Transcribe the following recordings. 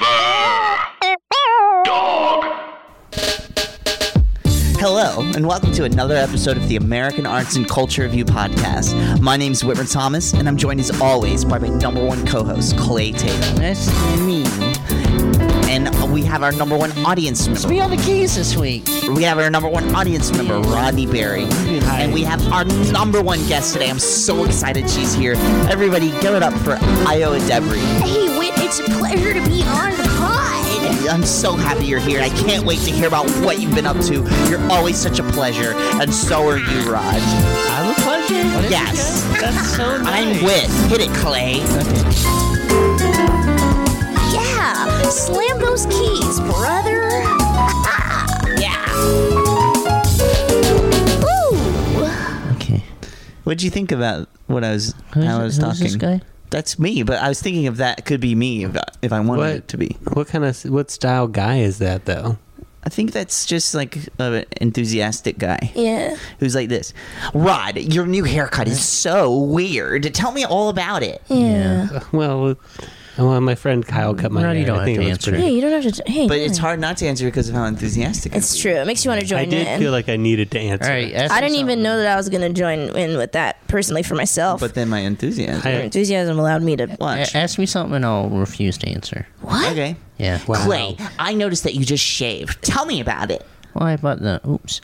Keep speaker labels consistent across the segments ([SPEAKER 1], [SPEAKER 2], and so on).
[SPEAKER 1] Forever. Dog.
[SPEAKER 2] Hello, and welcome to another episode of the American Arts and Culture Review podcast. My name is Whitmer Thomas, and I'm joined as always by my number one co host, Clay Tatum.
[SPEAKER 3] That's me.
[SPEAKER 2] And we have our number one audience member.
[SPEAKER 3] Me on the keys this week.
[SPEAKER 2] We have our number one audience member, Rodney Berry.
[SPEAKER 3] Hi.
[SPEAKER 2] And we have our number one guest today. I'm so excited she's here. Everybody, give it up for Iowa Debris.
[SPEAKER 4] Hey, Whit, it's a pleasure to be on the pod.
[SPEAKER 2] I'm so happy you're here. I can't wait to hear about what you've been up to. You're always such a pleasure, and so are you, Rod.
[SPEAKER 3] I'm a pleasure. What is
[SPEAKER 2] Yes.
[SPEAKER 3] it, guys? That's so nice.
[SPEAKER 2] I'm with. Hit it, Clay.
[SPEAKER 4] Yeah, slam those keys, brother. yeah. Ooh,
[SPEAKER 2] Okay. What did you think about what I was
[SPEAKER 3] Who's-
[SPEAKER 2] how I was
[SPEAKER 3] who's
[SPEAKER 2] talking?
[SPEAKER 3] this guy?
[SPEAKER 2] That's me, but I was thinking of that could be me if, if I wanted
[SPEAKER 5] What
[SPEAKER 2] it to be.
[SPEAKER 5] What kind of what style guy is that though?
[SPEAKER 2] I think that's just like an enthusiastic guy
[SPEAKER 4] yeah.
[SPEAKER 2] who's like this. Rod, your new haircut is so weird. Tell me all about it.
[SPEAKER 4] Yeah.
[SPEAKER 5] Well, uh, well, my friend Kyle cut my
[SPEAKER 3] Roddy, you
[SPEAKER 5] hair.
[SPEAKER 3] don't
[SPEAKER 5] I think
[SPEAKER 3] have to
[SPEAKER 5] it was
[SPEAKER 3] answer.
[SPEAKER 5] pretty-
[SPEAKER 4] Hey, you don't have to. Hey,
[SPEAKER 2] But it's
[SPEAKER 4] come on.
[SPEAKER 2] hard not to answer because of how enthusiastic. I
[SPEAKER 4] It's
[SPEAKER 2] am.
[SPEAKER 4] true. It makes you want to join
[SPEAKER 5] I did
[SPEAKER 4] in.
[SPEAKER 5] feel like I needed to answer.
[SPEAKER 3] All right. ask
[SPEAKER 4] I
[SPEAKER 3] him
[SPEAKER 4] didn't even
[SPEAKER 3] something.
[SPEAKER 4] know that I was going to join in with that personally for myself.
[SPEAKER 2] But then my enthusiasm.
[SPEAKER 4] Your
[SPEAKER 5] I,
[SPEAKER 4] enthusiasm allowed me to.
[SPEAKER 2] Watch.
[SPEAKER 3] A- ask me something and I'll refuse to answer.
[SPEAKER 4] What?
[SPEAKER 2] Okay.
[SPEAKER 3] Yeah.
[SPEAKER 5] wow.
[SPEAKER 2] Clay, I noticed that you just shaved. Tell me about it.
[SPEAKER 3] Why about the oops?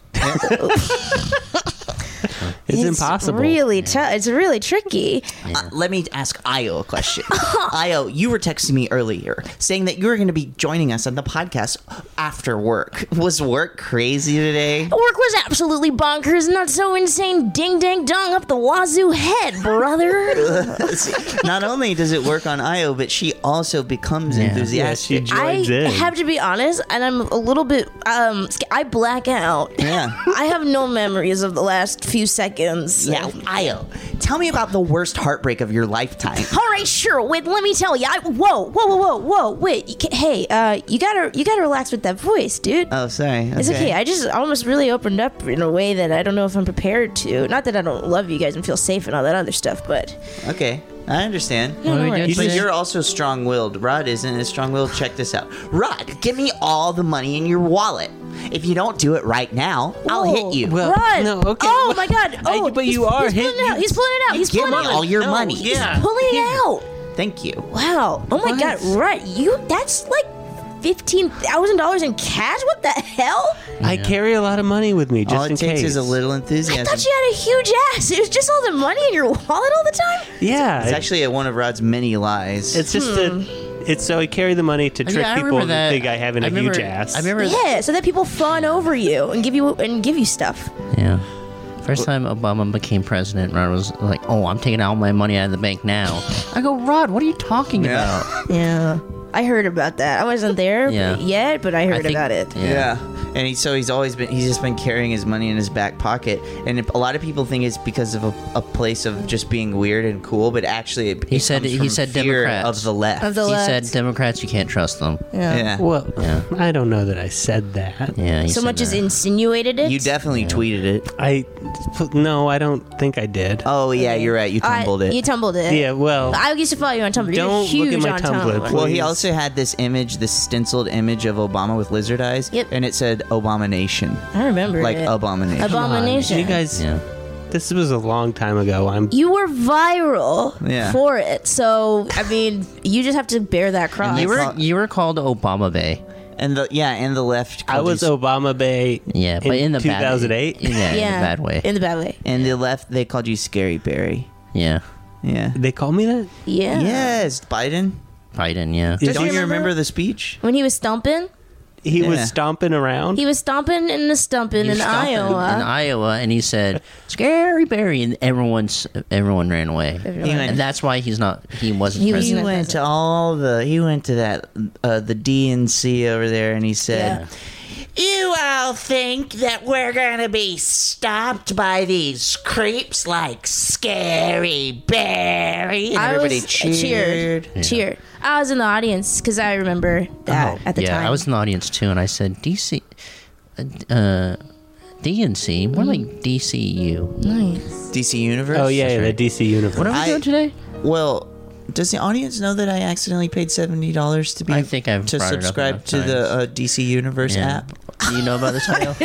[SPEAKER 5] It's, impossible.
[SPEAKER 4] Really tough. It's really tricky.
[SPEAKER 2] Uh, let me ask Io a question. Io, you were texting me earlier saying that you were going to be joining us on the podcast after work. Was work crazy today?
[SPEAKER 4] Work was absolutely bonkers, not so insane. Ding dang dong up the wazoo head, brother.
[SPEAKER 2] Not only does it work on Io, but she also becomes
[SPEAKER 5] Yeah, she
[SPEAKER 2] enthusiastic.
[SPEAKER 5] joins
[SPEAKER 4] I
[SPEAKER 5] in.
[SPEAKER 4] have to be honest, and I'm a little bit. Um, sca- I black out.
[SPEAKER 2] Yeah.
[SPEAKER 4] I have no memories of the last few seconds.
[SPEAKER 2] Yeah, Io, tell me about the worst heartbreak of your lifetime.
[SPEAKER 4] All right, sure. Wait, let me tell you. I, whoa, whoa, whoa, whoa, whoa. Wait. You ca hey, uh, you gotta, you gotta relax with that voice, dude.
[SPEAKER 2] Oh, sorry.
[SPEAKER 4] it's okay. I just almost really opened up in a way that I don't know if I'm prepared to. Not that I don't love you guys and feel safe and all that other stuff, but
[SPEAKER 2] Okay, I understand.
[SPEAKER 3] What are we
[SPEAKER 4] no
[SPEAKER 3] doing
[SPEAKER 4] worries.
[SPEAKER 2] But
[SPEAKER 3] today?
[SPEAKER 2] you're also strong willed. Rod isn't as strong willed. Check this out. Rod, give me all the money in your wallet. If you don't do it right now, I'll hit you.
[SPEAKER 5] Well,
[SPEAKER 4] Run!
[SPEAKER 5] no, okay,
[SPEAKER 4] Oh
[SPEAKER 5] well-
[SPEAKER 4] my God!
[SPEAKER 5] I-
[SPEAKER 4] Oh,
[SPEAKER 5] but
[SPEAKER 4] he's-
[SPEAKER 5] you are
[SPEAKER 4] he's
[SPEAKER 5] hit-
[SPEAKER 4] pulling it out. He's pulling it out. He's
[SPEAKER 2] give
[SPEAKER 4] pulling
[SPEAKER 2] me
[SPEAKER 4] it out.
[SPEAKER 2] all your
[SPEAKER 5] No,
[SPEAKER 2] money.
[SPEAKER 5] yeah.
[SPEAKER 4] pulling it out.
[SPEAKER 2] Thank you.
[SPEAKER 4] Wow! Oh my
[SPEAKER 5] What?
[SPEAKER 4] God! Right? You? That's like fifteen thousand dollars in cash. What the hell?
[SPEAKER 5] I carry a lot of money with me just
[SPEAKER 2] all it
[SPEAKER 5] in
[SPEAKER 2] takes
[SPEAKER 5] case.
[SPEAKER 2] is a little
[SPEAKER 4] I
[SPEAKER 2] enthusiasm.
[SPEAKER 4] thought you had a huge ass. It was just all the money in your wallet all the time.
[SPEAKER 5] Yeah,
[SPEAKER 2] it's actually one of Rod's many lies.
[SPEAKER 5] it's just
[SPEAKER 4] Hmm.
[SPEAKER 5] a. It's so I carry the money to trick
[SPEAKER 3] Oh, Yeah, I
[SPEAKER 5] people
[SPEAKER 3] remember
[SPEAKER 5] who
[SPEAKER 3] that.
[SPEAKER 5] think I have an- a
[SPEAKER 3] I remember,
[SPEAKER 5] huge ass.
[SPEAKER 3] I remember.
[SPEAKER 4] Yeah, so that people fawn over you and give you and give you stuff.
[SPEAKER 3] Yeah. First time Obama became president, Rod was like, "Oh, I'm taking all my money out of the bank now." I go, Rod, what are you talking
[SPEAKER 2] Yeah.
[SPEAKER 3] about?
[SPEAKER 4] Yeah, I heard about that. I wasn't there
[SPEAKER 3] Yeah.
[SPEAKER 4] yet, but I heard
[SPEAKER 3] think-
[SPEAKER 4] about it.
[SPEAKER 3] yeah.
[SPEAKER 2] Yeah. And he, so he's always been, he's just been carrying his money in his back pocket. And if, a lot of people think it's because of a, a place of just being weird and cool, but actually, it,
[SPEAKER 3] He
[SPEAKER 2] it
[SPEAKER 3] said-
[SPEAKER 2] comes
[SPEAKER 3] he
[SPEAKER 2] from
[SPEAKER 3] said
[SPEAKER 2] fear
[SPEAKER 3] Democrats.
[SPEAKER 2] of the left.
[SPEAKER 4] Of the
[SPEAKER 3] he
[SPEAKER 4] left.
[SPEAKER 3] said, "Democrats, you can't trust them."
[SPEAKER 2] yeah.
[SPEAKER 5] well, I don't know that I said that.
[SPEAKER 3] Yeah. he
[SPEAKER 4] So
[SPEAKER 3] said
[SPEAKER 4] much is
[SPEAKER 3] that.
[SPEAKER 4] insinuated it.
[SPEAKER 2] You definitely tweeted it.
[SPEAKER 5] I no, I don't think I did.
[SPEAKER 2] Oh, yeah, you're right. You
[SPEAKER 4] I-
[SPEAKER 2] tumbled it.
[SPEAKER 4] You tumbled it.
[SPEAKER 5] yeah, well,
[SPEAKER 4] I used to follow you on Tumblr. You're
[SPEAKER 5] Don't
[SPEAKER 4] huge
[SPEAKER 5] look at my
[SPEAKER 4] on
[SPEAKER 5] Tumblr,
[SPEAKER 4] Tumblr.
[SPEAKER 5] please.
[SPEAKER 2] Well, he
[SPEAKER 5] Please.
[SPEAKER 2] also had this image, this stenciled image of Obama with lizard eyes,
[SPEAKER 4] Yep.
[SPEAKER 2] and it said "abomination,"
[SPEAKER 4] I remember
[SPEAKER 2] like
[SPEAKER 4] it.
[SPEAKER 2] abomination.
[SPEAKER 4] abomination.
[SPEAKER 5] you guys,
[SPEAKER 3] Yeah.
[SPEAKER 5] this was a long time ago. I'm
[SPEAKER 4] You were viral
[SPEAKER 2] Yeah.
[SPEAKER 4] for it, so I mean, you just have to bear that cross.
[SPEAKER 3] You were
[SPEAKER 2] thought-
[SPEAKER 3] you were called Obama Bay.
[SPEAKER 2] and the yeah, and the left.
[SPEAKER 5] I
[SPEAKER 2] called
[SPEAKER 5] was
[SPEAKER 2] you-
[SPEAKER 5] Obama Bay.
[SPEAKER 3] Yeah, but in the bad-
[SPEAKER 5] 2008.
[SPEAKER 3] Yeah,
[SPEAKER 4] yeah,
[SPEAKER 3] in a bad way.
[SPEAKER 4] In the bad way.
[SPEAKER 2] and the left they called you Scary Berry.
[SPEAKER 3] yeah,
[SPEAKER 2] Yeah.
[SPEAKER 5] They call me that.
[SPEAKER 4] Yeah.
[SPEAKER 2] Yes, Biden.
[SPEAKER 3] Biden. Yeah,
[SPEAKER 5] Did
[SPEAKER 2] Don't
[SPEAKER 5] you
[SPEAKER 2] you
[SPEAKER 4] remember-
[SPEAKER 2] remember the speech?
[SPEAKER 4] When he was stomping,
[SPEAKER 5] He
[SPEAKER 2] Yeah.
[SPEAKER 5] was stomping around.
[SPEAKER 4] he was stomping and the stomping in
[SPEAKER 3] stomping
[SPEAKER 4] Iowa.
[SPEAKER 3] in Iowa, and he said "Scary Barry," and everyone's everyone ran away.
[SPEAKER 2] He
[SPEAKER 3] And
[SPEAKER 2] went,
[SPEAKER 3] that's why he's not. He wasn't
[SPEAKER 4] He was-
[SPEAKER 2] he
[SPEAKER 3] president.
[SPEAKER 2] went to all the. He went to that uh, the DNC over there, and he said.
[SPEAKER 4] Yeah.
[SPEAKER 2] You all think that we're gonna be stopped by these creeps like Scary Barry? And
[SPEAKER 4] I
[SPEAKER 2] everybody
[SPEAKER 4] was
[SPEAKER 2] cheered.
[SPEAKER 4] cheered. Cheered. I was in the audience because I remember that at the
[SPEAKER 3] yeah,
[SPEAKER 4] time.
[SPEAKER 3] I was in the audience too, and I said DC, uh, DNC,
[SPEAKER 4] Mm-hmm.
[SPEAKER 3] more like DCU.
[SPEAKER 4] nice.
[SPEAKER 2] DC Universe.
[SPEAKER 5] oh yeah, yeah, the DC universe.
[SPEAKER 3] What are we
[SPEAKER 2] I-
[SPEAKER 3] doing today?
[SPEAKER 2] Well, Does the audience know that I accidentally paid seventy dollars to be?
[SPEAKER 3] I think I've
[SPEAKER 2] to
[SPEAKER 3] brought it up
[SPEAKER 2] subscribe
[SPEAKER 3] enough
[SPEAKER 2] to the uh, DC Universe
[SPEAKER 3] Yeah.
[SPEAKER 2] app.
[SPEAKER 3] Do you know about this, Kyle?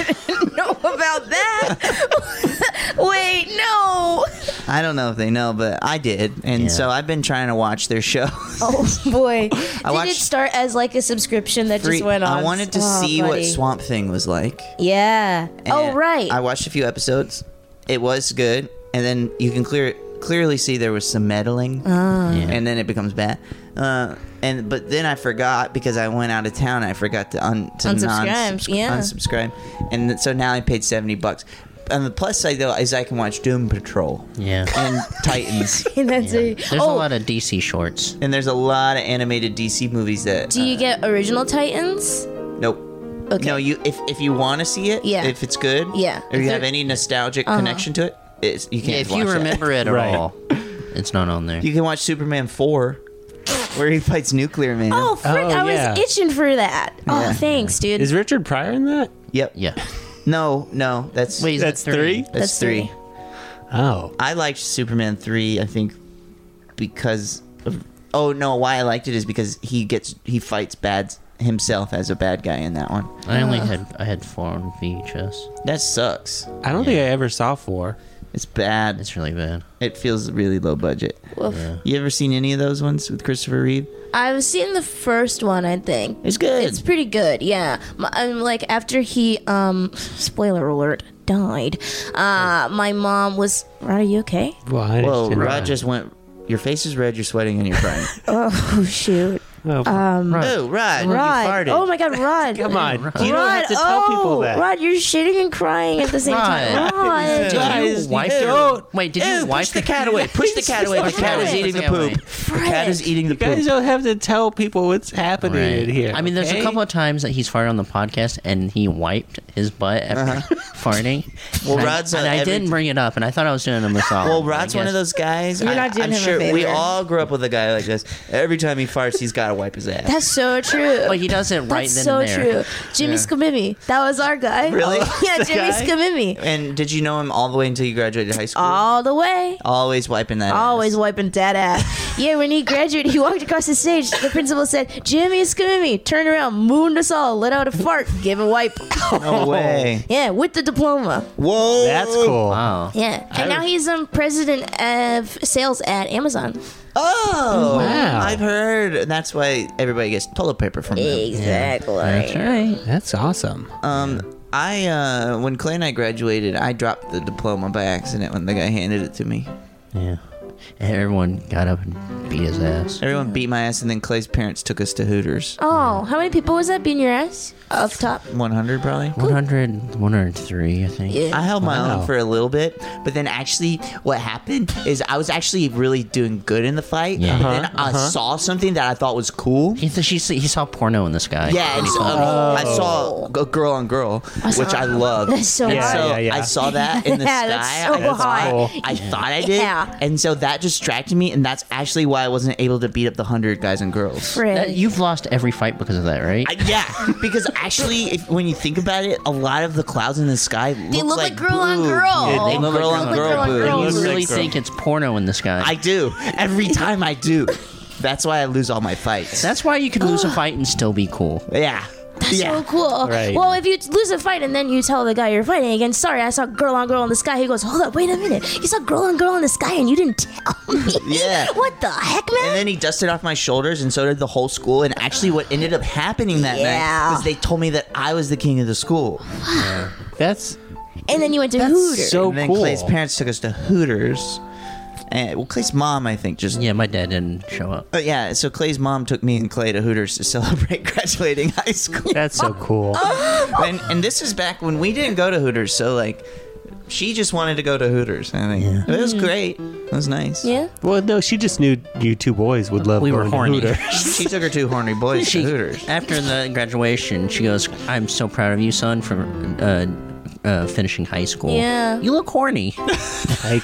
[SPEAKER 4] know about that. Wait, no.
[SPEAKER 2] I don't know if they know, but I did, and
[SPEAKER 3] Yeah.
[SPEAKER 2] so I've been trying to watch their show.
[SPEAKER 4] Oh boy. Did it
[SPEAKER 2] watched-
[SPEAKER 4] start as like a subscription that
[SPEAKER 2] Free-
[SPEAKER 4] just went on?
[SPEAKER 2] I wanted to
[SPEAKER 4] Oh,
[SPEAKER 2] see
[SPEAKER 4] buddy.
[SPEAKER 2] what Swamp Thing was like.
[SPEAKER 4] Yeah. oh
[SPEAKER 2] And
[SPEAKER 4] right.
[SPEAKER 2] I watched a few episodes. It was good, and then you can clear clearly see there was some meddling,
[SPEAKER 4] Uh-huh.
[SPEAKER 3] Yeah.
[SPEAKER 2] and then it becomes bad. Uh, and but then I forgot because I went out of town. I forgot to un to
[SPEAKER 4] Unsubscribe,
[SPEAKER 2] non-subsc-
[SPEAKER 4] yeah.
[SPEAKER 2] unsubscribe, and th- so now I paid seventy bucks. On the plus side though is I can watch Doom Patrol
[SPEAKER 3] yeah.
[SPEAKER 2] and Titans,
[SPEAKER 4] and that's
[SPEAKER 3] Yeah.
[SPEAKER 4] a,
[SPEAKER 3] There's
[SPEAKER 4] oh,
[SPEAKER 3] a lot of DC shorts.
[SPEAKER 2] and there's a lot of animated DC movies that
[SPEAKER 4] do you get original Titans?
[SPEAKER 2] uh, nope.
[SPEAKER 4] Okay.
[SPEAKER 2] No, you if if you want to see it,
[SPEAKER 4] Yeah.
[SPEAKER 2] if it's good,
[SPEAKER 4] Yeah.
[SPEAKER 2] If
[SPEAKER 4] If Uh-huh.
[SPEAKER 2] you
[SPEAKER 4] they're-
[SPEAKER 2] have any nostalgic connection to it, it's, you can't.
[SPEAKER 3] if
[SPEAKER 2] watch
[SPEAKER 3] you
[SPEAKER 2] that.
[SPEAKER 3] remember it at
[SPEAKER 5] Right.
[SPEAKER 3] all, it's not on there.
[SPEAKER 2] You can watch Superman 4, where he fights Nuclear Man.
[SPEAKER 4] Oh, frick,
[SPEAKER 5] Oh,
[SPEAKER 4] I
[SPEAKER 5] yeah.
[SPEAKER 4] was itching for that.
[SPEAKER 2] Yeah.
[SPEAKER 4] Oh, thanks, dude.
[SPEAKER 5] Is Richard Pryor in that?
[SPEAKER 2] Yep.
[SPEAKER 3] yeah.
[SPEAKER 2] No, no, that's
[SPEAKER 3] Wait, is that
[SPEAKER 5] That's three?
[SPEAKER 2] that's,
[SPEAKER 4] That's
[SPEAKER 2] three.
[SPEAKER 4] three.
[SPEAKER 5] Oh.
[SPEAKER 2] I liked Superman 3, I think, because of. Oh, no, why I liked it is because he gets. He fights bad himself as a bad guy in that one.
[SPEAKER 3] I only had I had four on VHS.
[SPEAKER 2] That sucks.
[SPEAKER 5] I don't think I ever saw four.
[SPEAKER 2] It's bad.
[SPEAKER 3] It's really bad.
[SPEAKER 2] it feels really low budget.
[SPEAKER 4] Woof.
[SPEAKER 3] Yeah.
[SPEAKER 2] You ever seen any of those ones with Christopher Reeve?
[SPEAKER 4] I've seen the first one, I think.
[SPEAKER 2] It's good.
[SPEAKER 4] It's pretty good, yeah. M- I'm like after he, um, spoiler alert, died. Uh, my mom was. Are you okay?
[SPEAKER 5] Well, I
[SPEAKER 2] Whoa,
[SPEAKER 5] understand
[SPEAKER 2] Rod just went. Your face is red. You're sweating and you're crying.
[SPEAKER 4] Oh shoot,
[SPEAKER 5] that. Oh,
[SPEAKER 2] oh, Rod, you
[SPEAKER 4] Rod!
[SPEAKER 2] farted.
[SPEAKER 4] Oh my God, Rod!
[SPEAKER 5] Come on.
[SPEAKER 3] Rod.
[SPEAKER 5] You don't have to tell
[SPEAKER 4] oh,
[SPEAKER 5] people that.
[SPEAKER 4] Rod, you're shitting and crying at the same time.
[SPEAKER 3] Rod.
[SPEAKER 4] Rod,
[SPEAKER 3] Did
[SPEAKER 2] Guys,
[SPEAKER 3] you wipe
[SPEAKER 2] ew.
[SPEAKER 3] your? Wait, did
[SPEAKER 2] Ew,
[SPEAKER 3] you wipe
[SPEAKER 2] push the cat away. Push the cat away. The cat is
[SPEAKER 4] Push
[SPEAKER 2] eating
[SPEAKER 3] the
[SPEAKER 2] the
[SPEAKER 3] cat
[SPEAKER 2] poop. The cat is
[SPEAKER 4] Frick.
[SPEAKER 2] eating the
[SPEAKER 5] You guys
[SPEAKER 2] poop.
[SPEAKER 5] don't have to tell people what's happening
[SPEAKER 3] Right.
[SPEAKER 5] in here.
[SPEAKER 3] I mean, there's
[SPEAKER 5] okay?
[SPEAKER 3] a couple of times that he's farted on the podcast and he wiped his butt after farting.
[SPEAKER 2] Uh-huh. Well,
[SPEAKER 3] and
[SPEAKER 2] Rod's
[SPEAKER 3] I,
[SPEAKER 2] a-
[SPEAKER 3] and I
[SPEAKER 2] every-
[SPEAKER 3] didn't bring it up, and I thought I was doing him a solid.
[SPEAKER 2] Well,
[SPEAKER 3] I
[SPEAKER 2] Rod's one
[SPEAKER 3] guess.
[SPEAKER 2] of those guys.
[SPEAKER 4] You're
[SPEAKER 2] I,
[SPEAKER 4] not doing
[SPEAKER 2] I'm
[SPEAKER 4] him a
[SPEAKER 2] sure we
[SPEAKER 4] favor.
[SPEAKER 2] all grew up with a guy like this. Every time he farts, he's got to wipe his ass.
[SPEAKER 4] That's so true.
[SPEAKER 3] But he does it right
[SPEAKER 4] That's
[SPEAKER 3] then
[SPEAKER 4] so
[SPEAKER 3] and there.
[SPEAKER 4] true. Jimmy Scamimi, that was our guy.
[SPEAKER 2] Really?
[SPEAKER 4] yeah,
[SPEAKER 2] The
[SPEAKER 4] Jimmy
[SPEAKER 2] guy?
[SPEAKER 4] Scamimi.
[SPEAKER 2] And did you know him all the way until you graduated high school?
[SPEAKER 4] All the way.
[SPEAKER 2] Always wiping that.
[SPEAKER 4] Always
[SPEAKER 2] Ass.
[SPEAKER 4] wiping dad ass. yeah, when he graduated, he walked across the stage. The principal said, Jimmy Scamimi, turned around, mooned us all, let out a fart, gave a wipe.
[SPEAKER 2] No way.
[SPEAKER 4] yeah, with the diploma.
[SPEAKER 2] Whoa.
[SPEAKER 5] That's cool.
[SPEAKER 3] Wow.
[SPEAKER 4] Yeah. And now he's um president of sales at Amazon.
[SPEAKER 2] Oh,
[SPEAKER 5] Wow.
[SPEAKER 2] I've heard. and That's why everybody gets toilet paper from him.
[SPEAKER 4] Exactly.
[SPEAKER 3] That's right.
[SPEAKER 5] That's awesome.
[SPEAKER 2] Um, I uh, when Clay and I graduated, I dropped the diploma by accident when the guy handed it to me.
[SPEAKER 3] Yeah. And everyone got up and beat his ass.
[SPEAKER 2] Everyone beat my ass, and then Clay's parents took us to Hooters.
[SPEAKER 4] Oh, how many people was that being your ass? Off top.
[SPEAKER 2] 100 probably.
[SPEAKER 3] 100, 103, I think.
[SPEAKER 4] Yeah.
[SPEAKER 2] I held my
[SPEAKER 5] Wow.
[SPEAKER 2] own for a little bit, but then actually, what happened is I was actually really doing good in the fight.
[SPEAKER 3] Yeah.
[SPEAKER 2] But then
[SPEAKER 5] Uh-huh.
[SPEAKER 2] I saw something that I thought was cool.
[SPEAKER 3] He, th- she, s- he saw porno in the sky.
[SPEAKER 2] Yeah, and so um, I
[SPEAKER 5] Oh.
[SPEAKER 2] saw a girl on girl, which I love.
[SPEAKER 4] That's so
[SPEAKER 2] and
[SPEAKER 4] hot.
[SPEAKER 2] so
[SPEAKER 5] Yeah, yeah, yeah.
[SPEAKER 2] I saw that in the
[SPEAKER 4] Yeah,
[SPEAKER 2] sky.
[SPEAKER 4] that's
[SPEAKER 2] I,
[SPEAKER 4] so
[SPEAKER 2] thought,
[SPEAKER 5] hot.
[SPEAKER 2] I thought I did,
[SPEAKER 4] Yeah.
[SPEAKER 2] and so that distracted me, and that's actually why I wasn't able to beat up the hundred guys and girls.
[SPEAKER 3] That-
[SPEAKER 4] Frick.
[SPEAKER 3] you've lost every fight because of that, right?
[SPEAKER 2] I, yeah, because actually, if, when you think about it, a lot of the clouds in the sky look
[SPEAKER 4] They look like girl on
[SPEAKER 2] boob.
[SPEAKER 4] girl.
[SPEAKER 2] Yeah, they
[SPEAKER 3] They look
[SPEAKER 2] look girl
[SPEAKER 3] like
[SPEAKER 2] on
[SPEAKER 3] girl
[SPEAKER 2] girl,
[SPEAKER 4] on
[SPEAKER 2] boob.
[SPEAKER 4] girl.
[SPEAKER 3] And you
[SPEAKER 5] Looks
[SPEAKER 3] really
[SPEAKER 5] like
[SPEAKER 3] think it's porno in the sky.
[SPEAKER 2] I do every time I do. That's why I lose all my fights.
[SPEAKER 3] That's why you can lose a fight and still be cool.
[SPEAKER 2] yeah, yeah.
[SPEAKER 4] So cool.
[SPEAKER 5] Right.
[SPEAKER 4] Well, if you lose a fight and then you tell the guy you're fighting again, sorry, I saw girl on girl in the sky. He goes, hold up, wait a minute. You saw girl on girl in the sky and you didn't tell me.
[SPEAKER 2] Yeah.
[SPEAKER 4] what the heck, man?
[SPEAKER 2] And then he dusted off my shoulders, and so did the whole school. And actually, what ended up happening that
[SPEAKER 4] Yeah.
[SPEAKER 2] night was they told me that I was the king of the school.
[SPEAKER 5] That's
[SPEAKER 4] and then you went to Hooters.
[SPEAKER 5] so
[SPEAKER 2] and then
[SPEAKER 5] cool.
[SPEAKER 2] Clay's parents took us to Hooters. And well, Clay's mom, I think, just
[SPEAKER 3] Yeah, my dad didn't show up.
[SPEAKER 2] But yeah, so Clay's mom took me and Clay to Hooters to celebrate graduating high school.
[SPEAKER 5] That's
[SPEAKER 3] Uh,
[SPEAKER 5] so cool.
[SPEAKER 2] and and this is back when we didn't go to Hooters, so like she just wanted to go to Hooters. I think it was great. It was nice.
[SPEAKER 4] yeah.
[SPEAKER 5] well, no, she just knew you two boys would love
[SPEAKER 3] We were
[SPEAKER 5] going to
[SPEAKER 3] horny.
[SPEAKER 5] Hooters.
[SPEAKER 2] She took her two horny boys
[SPEAKER 3] She,
[SPEAKER 2] to Hooters.
[SPEAKER 3] after the graduation, she goes, "I'm so proud of you, son, for uh, uh, finishing high school.
[SPEAKER 4] Yeah.
[SPEAKER 3] you look horny.
[SPEAKER 5] Like,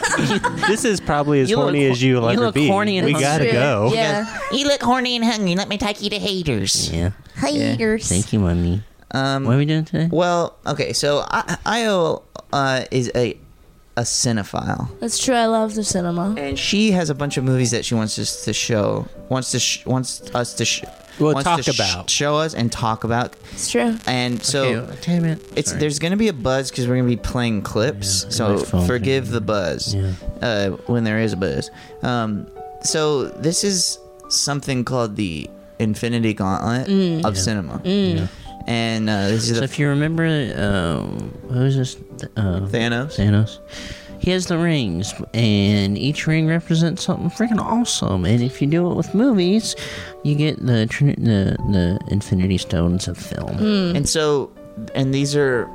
[SPEAKER 5] this is probably as
[SPEAKER 3] You look
[SPEAKER 5] horny
[SPEAKER 3] hor-
[SPEAKER 5] as you'll
[SPEAKER 3] you
[SPEAKER 5] ever
[SPEAKER 3] look
[SPEAKER 5] be.
[SPEAKER 3] horny and
[SPEAKER 5] we
[SPEAKER 3] hungry.
[SPEAKER 5] gotta go.
[SPEAKER 4] Yeah.
[SPEAKER 2] You look horny and hungry. Let me take you to Hooters.
[SPEAKER 3] yeah,
[SPEAKER 4] Haters.
[SPEAKER 3] thank you, mommy.
[SPEAKER 2] Um,
[SPEAKER 3] What are we doing today?
[SPEAKER 2] Well, okay, so I- Io uh, is a a cinephile,
[SPEAKER 4] That's true. I love the cinema.
[SPEAKER 2] and she has a bunch of movies that she wants us to show, wants to sh- wants us to sh-
[SPEAKER 5] Well,
[SPEAKER 2] wants
[SPEAKER 5] talk
[SPEAKER 2] to sh-
[SPEAKER 5] about.
[SPEAKER 2] show us and talk about.
[SPEAKER 4] It's true.
[SPEAKER 2] And so
[SPEAKER 3] Okay, damn it.
[SPEAKER 2] It's
[SPEAKER 3] Sorry.
[SPEAKER 2] there's gonna be a buzz because we're gonna be playing clips.
[SPEAKER 3] Yeah,
[SPEAKER 2] so
[SPEAKER 3] my phone
[SPEAKER 2] forgive
[SPEAKER 3] thing.
[SPEAKER 2] the buzz
[SPEAKER 3] Yeah.
[SPEAKER 2] uh, when there is a buzz. Um, so this is something called the Infinity Gauntlet of cinema,
[SPEAKER 3] Yeah.
[SPEAKER 2] and uh, this is
[SPEAKER 3] So
[SPEAKER 2] the
[SPEAKER 3] if you remember, um, who's this? Uh,
[SPEAKER 2] Thanos.
[SPEAKER 3] Thanos. He has the rings, and each ring represents something freaking awesome. And if you do it with movies, you get the trin- the, the Infinity Stones of film.
[SPEAKER 2] And so, and these are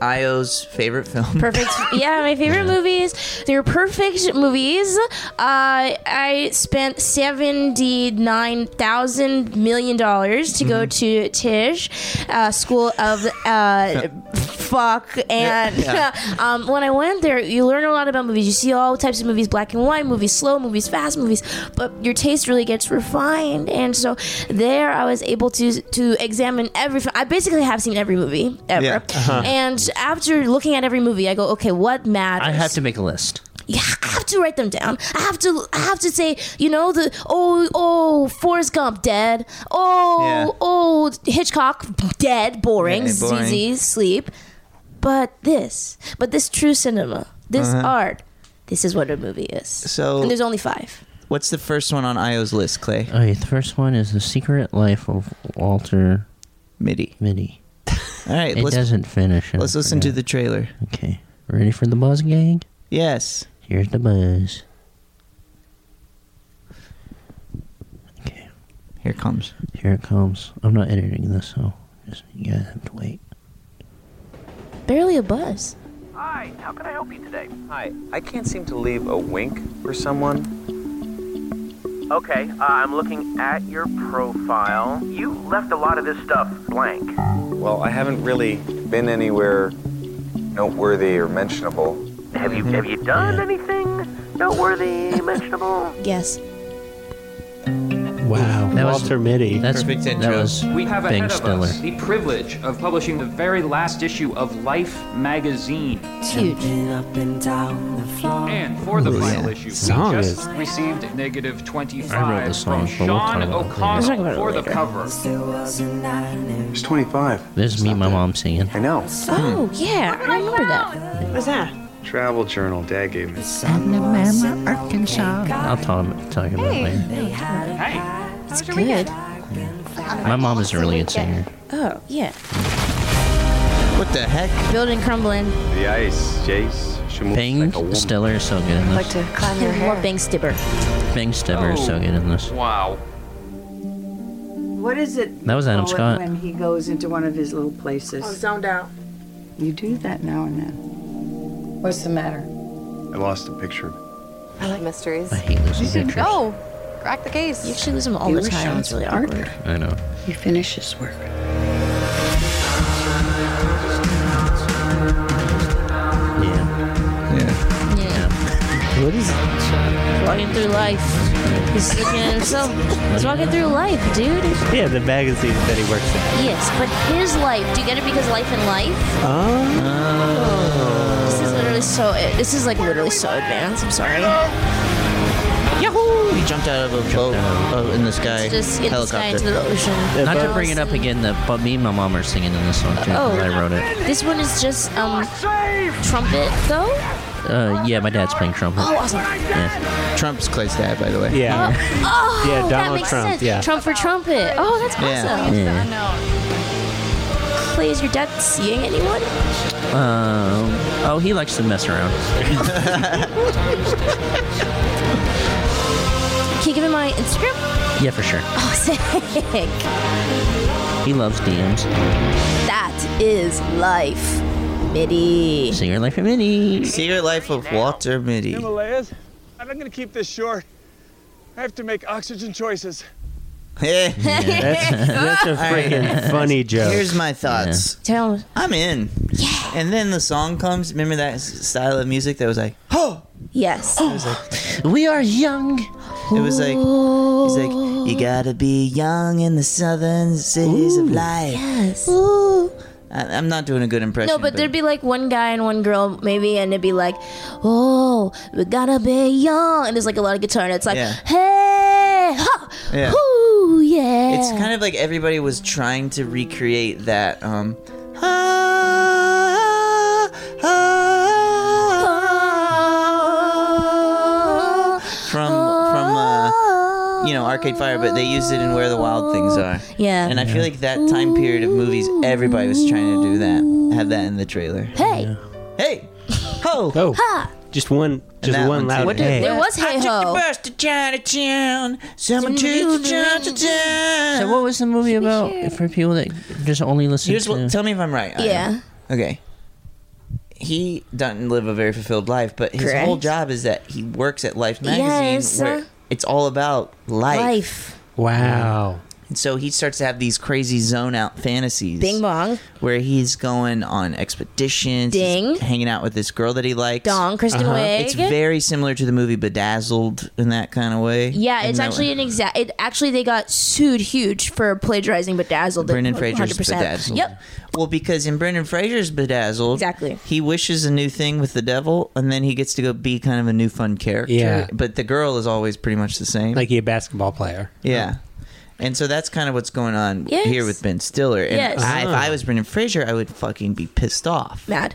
[SPEAKER 2] Io's favorite film.
[SPEAKER 4] Perfect. yeah, my favorite movies. They're perfect movies. Uh, I spent seventy nine thousand million dollars to go
[SPEAKER 2] Mm-hmm.
[SPEAKER 4] to Tisch uh, School of uh, Fuck, and
[SPEAKER 2] Yeah.
[SPEAKER 4] um, when I went there, you learn a lot about movies. You see all types of movies: black and white movies, slow movies, fast movies. But your taste really gets refined, and so there I was able to to examine every. fi- I basically have seen every movie ever.
[SPEAKER 2] Yeah.
[SPEAKER 4] And after looking at every movie, I go, okay, what matters?
[SPEAKER 3] I have to make a list.
[SPEAKER 4] Yeah, I have to write them down. I have to. I have to say, you know, the oh oh Forrest Gump dead. Oh
[SPEAKER 2] Yeah.
[SPEAKER 4] oh Hitchcock dead. Boring.
[SPEAKER 2] Yeah, boring.
[SPEAKER 4] ZZ sleep. But this, but this true cinema, this art, this is what a movie is.
[SPEAKER 2] Uh-huh. So-
[SPEAKER 4] and there's only five.
[SPEAKER 2] What's the first one on Io's list, Clay?
[SPEAKER 3] Okay, the first one is The Secret Life of Walter
[SPEAKER 2] Midi.
[SPEAKER 3] Mitty.
[SPEAKER 2] All right,
[SPEAKER 3] It
[SPEAKER 2] let's
[SPEAKER 3] doesn't finish. I
[SPEAKER 2] let's listen to
[SPEAKER 3] forgot.
[SPEAKER 2] the trailer.
[SPEAKER 3] Okay, ready for the buzz, gang?
[SPEAKER 2] Yes.
[SPEAKER 3] Here's the buzz. Okay,
[SPEAKER 2] Here it comes.
[SPEAKER 3] here it comes. I'm not editing this, so just you guys have to wait.
[SPEAKER 4] Barely a buzz.
[SPEAKER 6] Hi, how can I help you today?
[SPEAKER 7] Hi, I can't seem to leave a wink for someone.
[SPEAKER 6] Okay, uh, I'm looking at your profile. You left a lot of this stuff blank.
[SPEAKER 7] Well, I haven't really been anywhere noteworthy or mentionable.
[SPEAKER 6] Have you have you done anything noteworthy, mentionable?
[SPEAKER 4] Yes.
[SPEAKER 5] Wow.
[SPEAKER 3] That was-
[SPEAKER 5] Walter Mitty.
[SPEAKER 3] That's
[SPEAKER 2] Perfect
[SPEAKER 3] that
[SPEAKER 2] intro.
[SPEAKER 3] was
[SPEAKER 8] We have
[SPEAKER 3] Bang
[SPEAKER 8] ahead
[SPEAKER 3] Stiller.
[SPEAKER 8] of us the privilege of publishing the very last issue of Life magazine.
[SPEAKER 4] It's huge.
[SPEAKER 8] And for the
[SPEAKER 2] Ooh,
[SPEAKER 8] final
[SPEAKER 2] Oh, yeah.
[SPEAKER 8] issue,
[SPEAKER 5] Song
[SPEAKER 8] we
[SPEAKER 5] is-
[SPEAKER 8] just received negative 25
[SPEAKER 3] I wrote the song,
[SPEAKER 8] from
[SPEAKER 3] but we'll talk
[SPEAKER 8] Sean O'Connell
[SPEAKER 3] about it later.
[SPEAKER 4] Let's talk about it
[SPEAKER 8] for the
[SPEAKER 4] later.
[SPEAKER 8] cover.
[SPEAKER 7] It's 25.
[SPEAKER 3] This is me and my mom singing.
[SPEAKER 7] I know.
[SPEAKER 2] Hmm.
[SPEAKER 4] Oh yeah, I remember that.
[SPEAKER 7] Travel journal Dad gave me.
[SPEAKER 3] I'll talk, talk about it later.
[SPEAKER 8] Hey,
[SPEAKER 4] It's good.
[SPEAKER 3] My mom is a really good singer.
[SPEAKER 4] Oh yeah.
[SPEAKER 2] What the heck?
[SPEAKER 4] Building crumbling.
[SPEAKER 7] The ice, Jace. She moves
[SPEAKER 3] Bang
[SPEAKER 7] like a woman.
[SPEAKER 3] Stiller is so good in this.
[SPEAKER 4] More bang stibber.
[SPEAKER 3] Bang Stiller is
[SPEAKER 8] Oh.
[SPEAKER 3] so good in this.
[SPEAKER 8] wow.
[SPEAKER 9] What is it?
[SPEAKER 3] That was Adam
[SPEAKER 9] call it
[SPEAKER 3] Scott.
[SPEAKER 9] When he goes into one of his little places. Oh, zoned out. You do that now and then. What's the matter?
[SPEAKER 7] I lost a picture. of
[SPEAKER 3] I hate losing pictures.
[SPEAKER 10] Go. Crack the case.
[SPEAKER 4] You actually lose them all the
[SPEAKER 9] Viewer
[SPEAKER 4] time. It's
[SPEAKER 9] shots
[SPEAKER 4] really
[SPEAKER 9] aren't
[SPEAKER 4] awkward.
[SPEAKER 3] I know.
[SPEAKER 9] He finishes work.
[SPEAKER 3] Yeah.
[SPEAKER 2] Yeah.
[SPEAKER 4] Yeah.
[SPEAKER 5] What is
[SPEAKER 4] Walking through life. He's looking at himself. He's walking through life, dude.
[SPEAKER 5] Yeah, the magazine that he works at.
[SPEAKER 4] Yes, but his life. Do you get it because life and life?
[SPEAKER 5] Oh.
[SPEAKER 4] This is literally so. This is like literally so advanced. I'm sorry.
[SPEAKER 2] Yahoo! He jumped out of a boat oh, in the sky.
[SPEAKER 4] It's just in the sky
[SPEAKER 2] helicopter.
[SPEAKER 4] into the ocean.
[SPEAKER 3] Not to bring it up again, that but me and my mom are singing in this song too.
[SPEAKER 4] Oh.
[SPEAKER 3] 'cause I wrote it.
[SPEAKER 4] This one is just um trumpet though.
[SPEAKER 3] Uh, yeah, my dad's playing trumpet.
[SPEAKER 4] Oh, awesome.
[SPEAKER 2] Trump's Clay's dad, by the way.
[SPEAKER 5] Yeah.
[SPEAKER 4] Oh,
[SPEAKER 5] Yeah,
[SPEAKER 4] that
[SPEAKER 5] Donald
[SPEAKER 4] makes
[SPEAKER 5] Trump,
[SPEAKER 4] sense.
[SPEAKER 5] yeah.
[SPEAKER 4] Trump for trumpet. Oh, that's awesome.
[SPEAKER 3] Yeah.
[SPEAKER 4] Clay, is your dad seeing anyone?
[SPEAKER 3] Um, oh, he likes to mess around.
[SPEAKER 4] Can you give me my Instagram?
[SPEAKER 3] Yeah, for sure.
[SPEAKER 4] Oh, sick.
[SPEAKER 3] He loves DMs.
[SPEAKER 4] That is life, Mitty.
[SPEAKER 3] Singer Life of Mini.
[SPEAKER 2] Secret Life of Walter Mitty.
[SPEAKER 11] Himalayas. I'm going to keep this short. I have to make oxygen choices.
[SPEAKER 2] Eh,
[SPEAKER 5] That's, that's a freaking funny joke.
[SPEAKER 2] Here's my thoughts.
[SPEAKER 4] Tell him.
[SPEAKER 2] I'm in. Yeah. And then the song comes. Remember that s- style of music that was like, oh,
[SPEAKER 4] Yes.
[SPEAKER 3] We are young.
[SPEAKER 2] it was like, he's like, you gotta be young in the southern cities of life.
[SPEAKER 4] yes.
[SPEAKER 2] Ooh, I, I'm not doing a good impression.
[SPEAKER 4] No, but there'd be like one guy and one girl, maybe, and it'd be like, "Oh, we gotta be young," and there's like a lot of guitar, and it's like,
[SPEAKER 2] Yeah.
[SPEAKER 4] "Hey, ha,
[SPEAKER 2] Yeah.
[SPEAKER 4] hoo, yeah."
[SPEAKER 2] It's kind of like everybody was trying to recreate that. Um, from from uh, you know Arcade Fire, but they used it in Where the Wild Things Are.
[SPEAKER 4] Yeah.
[SPEAKER 2] and I feel like that time period of movies, everybody was trying to do that, have that in the trailer.
[SPEAKER 4] Hey,
[SPEAKER 2] hey, ho,
[SPEAKER 5] oh,
[SPEAKER 4] ha.
[SPEAKER 5] just one,
[SPEAKER 2] And
[SPEAKER 5] just
[SPEAKER 2] that one,
[SPEAKER 5] one
[SPEAKER 2] too.
[SPEAKER 5] loud.
[SPEAKER 2] What did-
[SPEAKER 5] hey.
[SPEAKER 4] There was
[SPEAKER 2] I
[SPEAKER 4] hey
[SPEAKER 2] took the
[SPEAKER 4] ho.
[SPEAKER 2] bus to Chinatown. Someone took the Chinatown.
[SPEAKER 3] So what was the movie about for people that just only listen
[SPEAKER 2] Here's
[SPEAKER 3] to?
[SPEAKER 2] what. Tell me if I'm right. I
[SPEAKER 4] Yeah.
[SPEAKER 2] am. Okay. He doesn't live a very fulfilled life, but his
[SPEAKER 4] Correct.
[SPEAKER 2] whole job is that he works at Life magazine,
[SPEAKER 4] Yes. uh-huh.
[SPEAKER 2] where it's all about life.
[SPEAKER 4] Life.
[SPEAKER 5] Wow.
[SPEAKER 2] And so he starts to have these crazy zone out fantasies.
[SPEAKER 4] Bing bong.
[SPEAKER 2] Where he's going on expeditions, he's
[SPEAKER 4] Ding.
[SPEAKER 2] hanging out with this girl that he likes.
[SPEAKER 4] Dong, Kristen Uh-huh. Wiig.
[SPEAKER 2] It's very similar to the movie Bedazzled in that kind of way.
[SPEAKER 4] Yeah, it's
[SPEAKER 2] In that
[SPEAKER 4] actually
[SPEAKER 2] way.
[SPEAKER 4] an exact. It actually they got sued huge for plagiarizing Bedazzled.
[SPEAKER 2] Brendan Fraser's
[SPEAKER 4] 100%.
[SPEAKER 2] Bedazzled.
[SPEAKER 4] Yep,
[SPEAKER 2] Well, because in Brendan Fraser's Bedazzled,
[SPEAKER 4] Exactly.
[SPEAKER 2] he wishes a new thing with the devil, and then he gets to go be kind of a new fun character.
[SPEAKER 5] Yeah.
[SPEAKER 2] But the girl is always pretty much the same.
[SPEAKER 5] Like he a basketball player.
[SPEAKER 2] yeah. And so that's kind of what's going on
[SPEAKER 4] Yes.
[SPEAKER 2] here with Ben Stiller. And
[SPEAKER 4] Yes.
[SPEAKER 2] I, if
[SPEAKER 5] Oh.
[SPEAKER 2] I was Brendan Fraser, I would fucking be pissed off.
[SPEAKER 4] mad.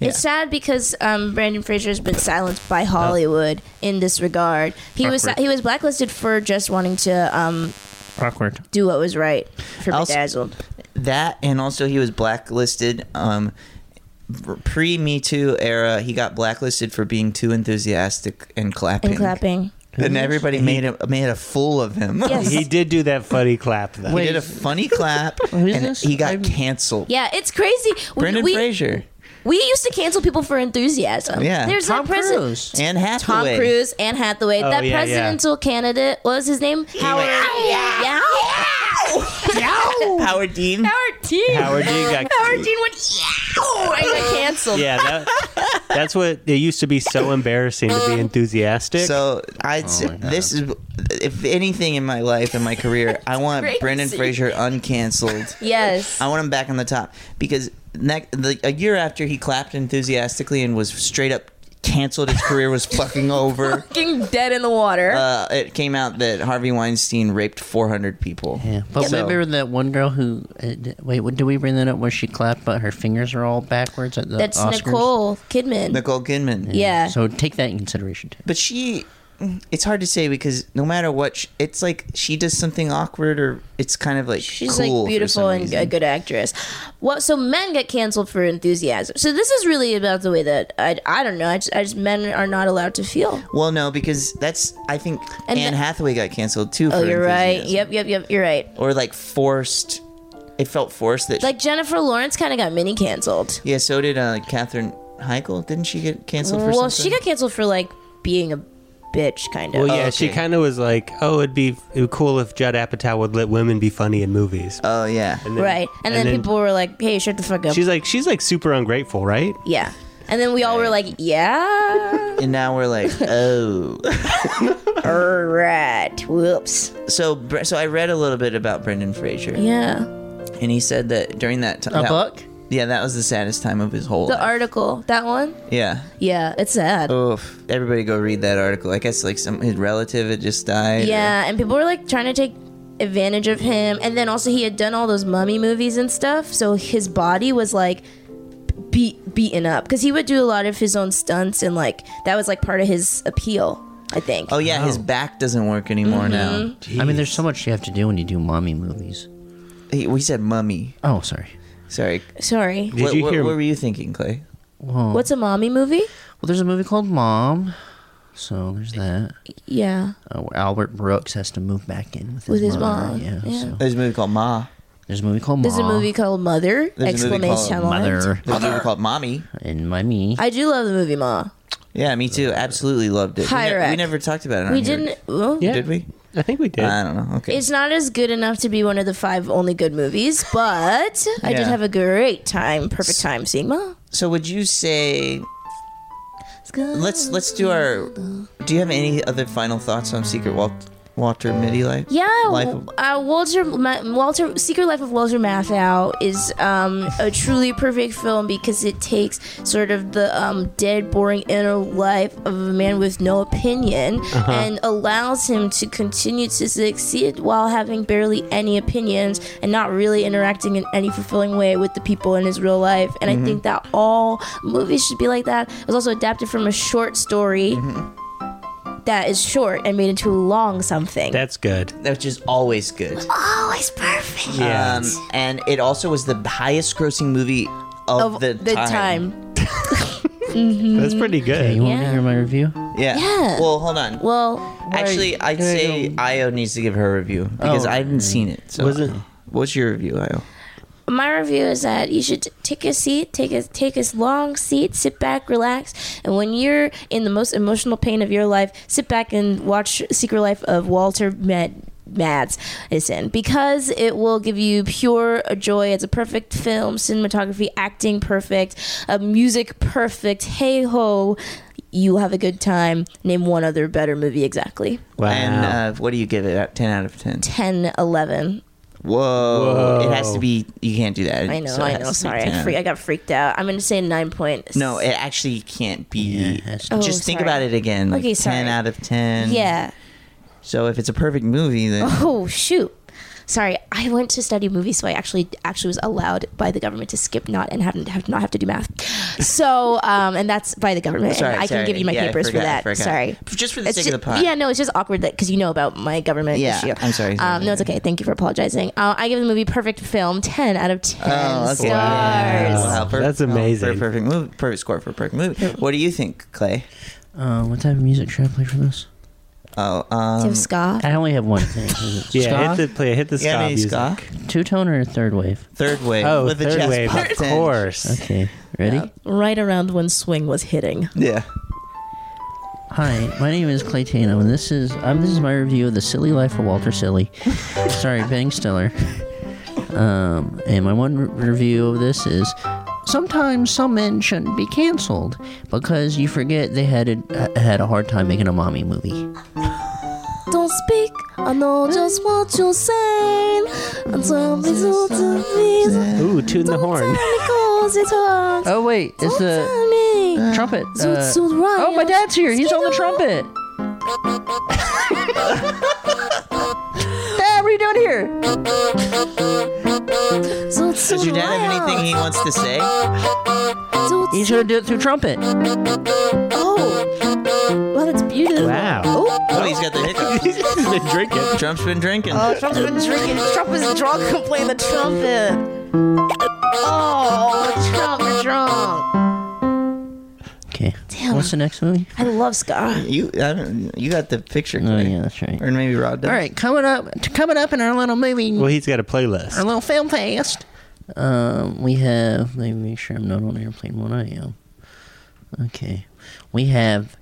[SPEAKER 2] Yeah.
[SPEAKER 4] It's sad because um, Brandon Fraser has been silenced by Hollywood in this regard. He was
[SPEAKER 2] Awkward.
[SPEAKER 4] he was blacklisted for just wanting to um,
[SPEAKER 3] Awkward.
[SPEAKER 4] do what was right for
[SPEAKER 2] Also-
[SPEAKER 4] Bedazzled.
[SPEAKER 2] That and also he was blacklisted. Um, Pre Me Too era, he got blacklisted for being too enthusiastic and clapping.
[SPEAKER 4] and clapping.
[SPEAKER 2] And everybody made a made a fool of him.
[SPEAKER 4] Yes.
[SPEAKER 5] He did do that funny clap though.
[SPEAKER 2] He did a funny clap,
[SPEAKER 3] Who's
[SPEAKER 2] and
[SPEAKER 3] this?
[SPEAKER 2] he got
[SPEAKER 3] I'm-
[SPEAKER 2] canceled.
[SPEAKER 4] Yeah, it's crazy. We-
[SPEAKER 2] Brendan
[SPEAKER 4] we,
[SPEAKER 2] Fraser
[SPEAKER 4] We used to cancel people for enthusiasm.
[SPEAKER 2] Yeah.
[SPEAKER 4] There's
[SPEAKER 3] Tom
[SPEAKER 4] that president.
[SPEAKER 3] Cruise.
[SPEAKER 2] and
[SPEAKER 4] Tom
[SPEAKER 2] Hathaway.
[SPEAKER 4] Cruise, Anne Hathaway.
[SPEAKER 5] Oh,
[SPEAKER 4] that
[SPEAKER 5] yeah, yeah.
[SPEAKER 4] presidential candidate, what was his name? Howard. Yeah.
[SPEAKER 2] Howard Dean.
[SPEAKER 4] Howard Dean.
[SPEAKER 5] Howard Dean got-
[SPEAKER 4] Howard Dean went. Yeah. And got canceled.
[SPEAKER 5] Yeah, that, that's what it used to be so embarrassing to be enthusiastic.
[SPEAKER 2] So
[SPEAKER 3] Oh
[SPEAKER 2] I'd say this is, if anything in my life and my career, I want
[SPEAKER 4] crazy.
[SPEAKER 2] Brendan Fraser uncanceled.
[SPEAKER 4] Yes.
[SPEAKER 2] I want him back on the top because next, the, a year after he clapped enthusiastically and was straight up canceled, his career was fucking over.
[SPEAKER 4] Fucking dead in the water.
[SPEAKER 2] Uh, it came out that Harvey Weinstein raped 400 people.
[SPEAKER 3] Yeah, but
[SPEAKER 2] So-
[SPEAKER 3] remember that one girl who? Uh, d- wait, what, did we bring that up? Where she clapped, but her fingers are all backwards at the
[SPEAKER 4] That's
[SPEAKER 3] Oscars?
[SPEAKER 4] Nicole Kidman.
[SPEAKER 2] Nicole Kidman.
[SPEAKER 4] yeah.
[SPEAKER 3] So take that in consideration too.
[SPEAKER 2] but she it's hard to say because no matter what sh it's like she does something awkward or it's kind of like
[SPEAKER 4] She's
[SPEAKER 2] cool
[SPEAKER 4] like
[SPEAKER 2] for
[SPEAKER 4] beautiful
[SPEAKER 2] some
[SPEAKER 4] and
[SPEAKER 2] reason.
[SPEAKER 4] a good actress. What? So men get canceled for enthusiasm. So this is really about the way that I, I don't know. I just, I just men are not allowed to feel.
[SPEAKER 2] well no because that's i think
[SPEAKER 4] And
[SPEAKER 2] anne
[SPEAKER 4] the-
[SPEAKER 2] hathaway got canceled too
[SPEAKER 4] Oh,
[SPEAKER 2] for
[SPEAKER 4] you're right.
[SPEAKER 2] enthusiasm.
[SPEAKER 4] Yep, yep, yep. You're right.
[SPEAKER 2] or like forced it felt forced that
[SPEAKER 4] Like Jennifer Lawrence kind of got mini canceled.
[SPEAKER 2] yeah so did uh katherine Heichel, didn't she get canceled for
[SPEAKER 4] Well,
[SPEAKER 2] something?
[SPEAKER 4] she got canceled for like being a bitch, kind of.
[SPEAKER 5] well, yeah,
[SPEAKER 2] okay.
[SPEAKER 5] she kind of was like, "Oh, it'd be it'd be cool if Judd Apatow would let women be funny in movies."
[SPEAKER 2] Oh yeah,
[SPEAKER 5] And then-
[SPEAKER 4] right. And, then, people were like, "Hey, shut the fuck up."
[SPEAKER 5] She's like, she's like super ungrateful, right?
[SPEAKER 4] yeah. And then we all were like, "Yeah,
[SPEAKER 2] and now we're like, oh.
[SPEAKER 4] all right. Whoops.
[SPEAKER 2] So, Bre- so I read a little bit about Brendan Fraser,
[SPEAKER 4] Yeah."
[SPEAKER 2] and he said that during that time,
[SPEAKER 3] A book?
[SPEAKER 2] yeah, that was the saddest time of his whole.
[SPEAKER 4] The
[SPEAKER 2] life.
[SPEAKER 4] article, that one.
[SPEAKER 2] yeah,
[SPEAKER 4] Yeah, it's sad.
[SPEAKER 2] Oof. Everybody go read that article. I guess like some his relative had just died. or-
[SPEAKER 4] Yeah, and people were like trying to take advantage of him. And then also he had done all those mummy movies and stuff, so his body was like beat beaten up because he would do a lot of his own stunts and like that was like part of his appeal, I think.
[SPEAKER 2] Oh yeah, his back doesn't work anymore now.
[SPEAKER 4] Mm-hmm.
[SPEAKER 3] I mean, there's so much you have to do when you do mommy movies.
[SPEAKER 2] He, we said mummy.
[SPEAKER 3] Oh, sorry.
[SPEAKER 2] Sorry.
[SPEAKER 4] Sorry.
[SPEAKER 5] Did
[SPEAKER 2] what,
[SPEAKER 5] you
[SPEAKER 2] what-
[SPEAKER 5] hear?
[SPEAKER 2] what were you thinking, Clay?
[SPEAKER 3] Well,
[SPEAKER 4] What's a mommy movie?
[SPEAKER 3] well, there's a movie called Mom. So there's that.
[SPEAKER 4] Yeah.
[SPEAKER 3] Uh, where Albert Brooks has to move back in with his,
[SPEAKER 4] With his
[SPEAKER 3] mother.
[SPEAKER 4] mom,
[SPEAKER 3] Yeah.
[SPEAKER 4] yeah.
[SPEAKER 3] So
[SPEAKER 2] There's a movie called Ma.
[SPEAKER 3] there's a movie called Mom.
[SPEAKER 4] There's a movie called Mother!
[SPEAKER 2] There's a movie called
[SPEAKER 4] exclamation mark.
[SPEAKER 3] Mother
[SPEAKER 2] There's a movie called Mommy.
[SPEAKER 3] and Mummy.
[SPEAKER 4] I do love the movie Ma.
[SPEAKER 2] Yeah, me too. Absolutely loved it. We
[SPEAKER 4] High
[SPEAKER 2] ne- we,
[SPEAKER 4] rec.
[SPEAKER 2] never talked about it. On
[SPEAKER 4] We
[SPEAKER 2] here,
[SPEAKER 4] didn't. Well,
[SPEAKER 5] Yeah.
[SPEAKER 2] did we?
[SPEAKER 5] I think we did.
[SPEAKER 2] I don't know. Okay.
[SPEAKER 4] It's not as good enough to be one of the five only good movies, but I
[SPEAKER 2] Yeah.
[SPEAKER 4] did have a great time, perfect time seeing Ma.
[SPEAKER 2] so would you say? Let's let's do our. Do you have any other final thoughts on Secret Walt? Walter Mitty life.
[SPEAKER 4] Yeah,
[SPEAKER 2] Life
[SPEAKER 4] w- uh, Walter, Ma- Walter, Secret Life of Walter Matthau is um, a truly perfect film because it takes sort of the um, dead, boring inner life of a man with no opinion
[SPEAKER 12] Uh-huh.
[SPEAKER 4] and allows him to continue to succeed while having barely any opinions and not really interacting in any fulfilling way with the people in his real life. And I
[SPEAKER 12] Mhm.
[SPEAKER 4] think that all movies should be like that. It was also adapted from a short story. that is short and made into a long something.
[SPEAKER 5] That's good.
[SPEAKER 2] Which is always good.
[SPEAKER 4] Always Oh, perfect.
[SPEAKER 2] Um, and it also was the highest grossing movie of, the, time.
[SPEAKER 4] Mhm.
[SPEAKER 3] Okay, you want to hear my review?
[SPEAKER 2] Yeah.
[SPEAKER 4] Yeah.
[SPEAKER 2] Well, hold on.
[SPEAKER 4] Well,
[SPEAKER 2] Actually, I'd say Io needs to give her a review because
[SPEAKER 3] Oh,
[SPEAKER 2] I haven't seen it. So,
[SPEAKER 5] Was it-
[SPEAKER 2] what's your review, Io?
[SPEAKER 4] my review is that you should take a seat, take a take a long seat, sit back, relax, and when you're in the most emotional pain of your life, sit back and watch Secret Life of Walter Med. Mads Listen, because it will give you pure joy. It's a perfect film, cinematography, acting perfect, uh, music perfect. Hey ho, you will have a good time. Name one other better movie exactly.
[SPEAKER 2] Wow. And uh, what do you give it? out- Ten out of ten.
[SPEAKER 4] 10, 11.
[SPEAKER 2] Whoa.
[SPEAKER 5] Whoa.
[SPEAKER 2] It has to be. You can't do that.
[SPEAKER 4] I know,
[SPEAKER 2] So it
[SPEAKER 4] I
[SPEAKER 2] has
[SPEAKER 4] know.
[SPEAKER 2] to be
[SPEAKER 4] Sorry, I,
[SPEAKER 2] 10.
[SPEAKER 4] freak, I got freaked out. I'm gonna say nine point.
[SPEAKER 2] No, it actually can't be. just
[SPEAKER 4] to be- Oh,
[SPEAKER 2] think
[SPEAKER 4] sorry.
[SPEAKER 2] about it again. Like
[SPEAKER 4] Okay, sorry.
[SPEAKER 2] ten out of ten.
[SPEAKER 4] Yeah.
[SPEAKER 2] So if it's a perfect movie, then
[SPEAKER 4] Oh shoot. Sorry, I went to study movies, so I actually actually was allowed by the government to skip not and have, have not have to do math. So, um, and that's by the government.
[SPEAKER 2] Sorry,
[SPEAKER 4] and I
[SPEAKER 2] sorry.
[SPEAKER 4] can give you my
[SPEAKER 2] Yeah, I
[SPEAKER 4] papers
[SPEAKER 2] forgot, I
[SPEAKER 4] for that.
[SPEAKER 2] forgot.
[SPEAKER 4] Sorry,
[SPEAKER 2] Just for the
[SPEAKER 4] It's
[SPEAKER 2] sake of the
[SPEAKER 4] ju-
[SPEAKER 2] pod.
[SPEAKER 4] Yeah, no, it's just awkward that because you know about my government
[SPEAKER 2] Yeah,
[SPEAKER 4] issue.
[SPEAKER 2] I'm sorry, sorry,
[SPEAKER 4] Um, no, it's okay. Thank you for apologizing. Uh, I give the movie Perfect Film ten out of ten
[SPEAKER 2] Oh,
[SPEAKER 4] stars.
[SPEAKER 2] That's amazing. For a oh, perfect movie, perfect score for a perfect movie. What do you think, Clay?
[SPEAKER 3] Uh, what type of music should I play for this?
[SPEAKER 2] Oh, um,
[SPEAKER 4] ska?
[SPEAKER 3] I only have one thing. Is it
[SPEAKER 5] Yeah,
[SPEAKER 3] ska?
[SPEAKER 5] hit the play. Hit the
[SPEAKER 2] Yeah,
[SPEAKER 5] ska
[SPEAKER 2] any
[SPEAKER 5] music.
[SPEAKER 2] ska?
[SPEAKER 3] Two tone or third wave?
[SPEAKER 2] Third wave.
[SPEAKER 5] Oh,
[SPEAKER 2] with a
[SPEAKER 5] third
[SPEAKER 2] jazz
[SPEAKER 5] wave,
[SPEAKER 2] pop
[SPEAKER 5] of
[SPEAKER 2] tinge.
[SPEAKER 5] course.
[SPEAKER 3] Okay, ready?
[SPEAKER 2] Um,
[SPEAKER 4] Right around when swing was hitting.
[SPEAKER 2] Yeah.
[SPEAKER 3] Hi, my name is Clay Tano, and this is um, this is my review of the Silly Life of Walter Silly. Sorry, Bang Stiller. Um, and my one re- review of this is sometimes some men shouldn't be canceled because you forget they had a, uh, had a hard time making a mommy movie.
[SPEAKER 4] Don't speak. I know just what you're saying. I'm telling you to please.
[SPEAKER 5] Ooh, tune the horn.
[SPEAKER 4] Because it hurts.
[SPEAKER 3] Oh wait, it's the
[SPEAKER 4] Me.
[SPEAKER 3] trumpet.
[SPEAKER 4] Zoot,
[SPEAKER 3] uh,
[SPEAKER 4] zoot, right.
[SPEAKER 3] oh, my dad's here. He's on the trumpet. Dad, what are you doing here?
[SPEAKER 2] Does your dad have anything he wants to say? Oh,
[SPEAKER 3] You should do it through trumpet.
[SPEAKER 4] Oh, well, that's beautiful.
[SPEAKER 3] Wow.
[SPEAKER 4] Oh,
[SPEAKER 2] Oh, he's got the hiccups. he's been drinking. Trump's been drinking.
[SPEAKER 4] oh, Trump's been drinking. Trump is drunk. He'll play the trumpet. Oh, Trump, you're drunk.
[SPEAKER 3] Okay.
[SPEAKER 4] Damn.
[SPEAKER 3] What's the next movie?
[SPEAKER 4] I love Scott.
[SPEAKER 2] You, I don't, you got the picture.
[SPEAKER 3] Oh
[SPEAKER 2] Clay.
[SPEAKER 3] yeah, that's right.
[SPEAKER 2] Or maybe Rod does.
[SPEAKER 3] All right, coming up, t- coming up in our little movie,
[SPEAKER 5] Well, he's got a playlist.
[SPEAKER 3] our little film fest. Um, we have. Let me make sure I'm not on airplane mode. I am. Okay, we have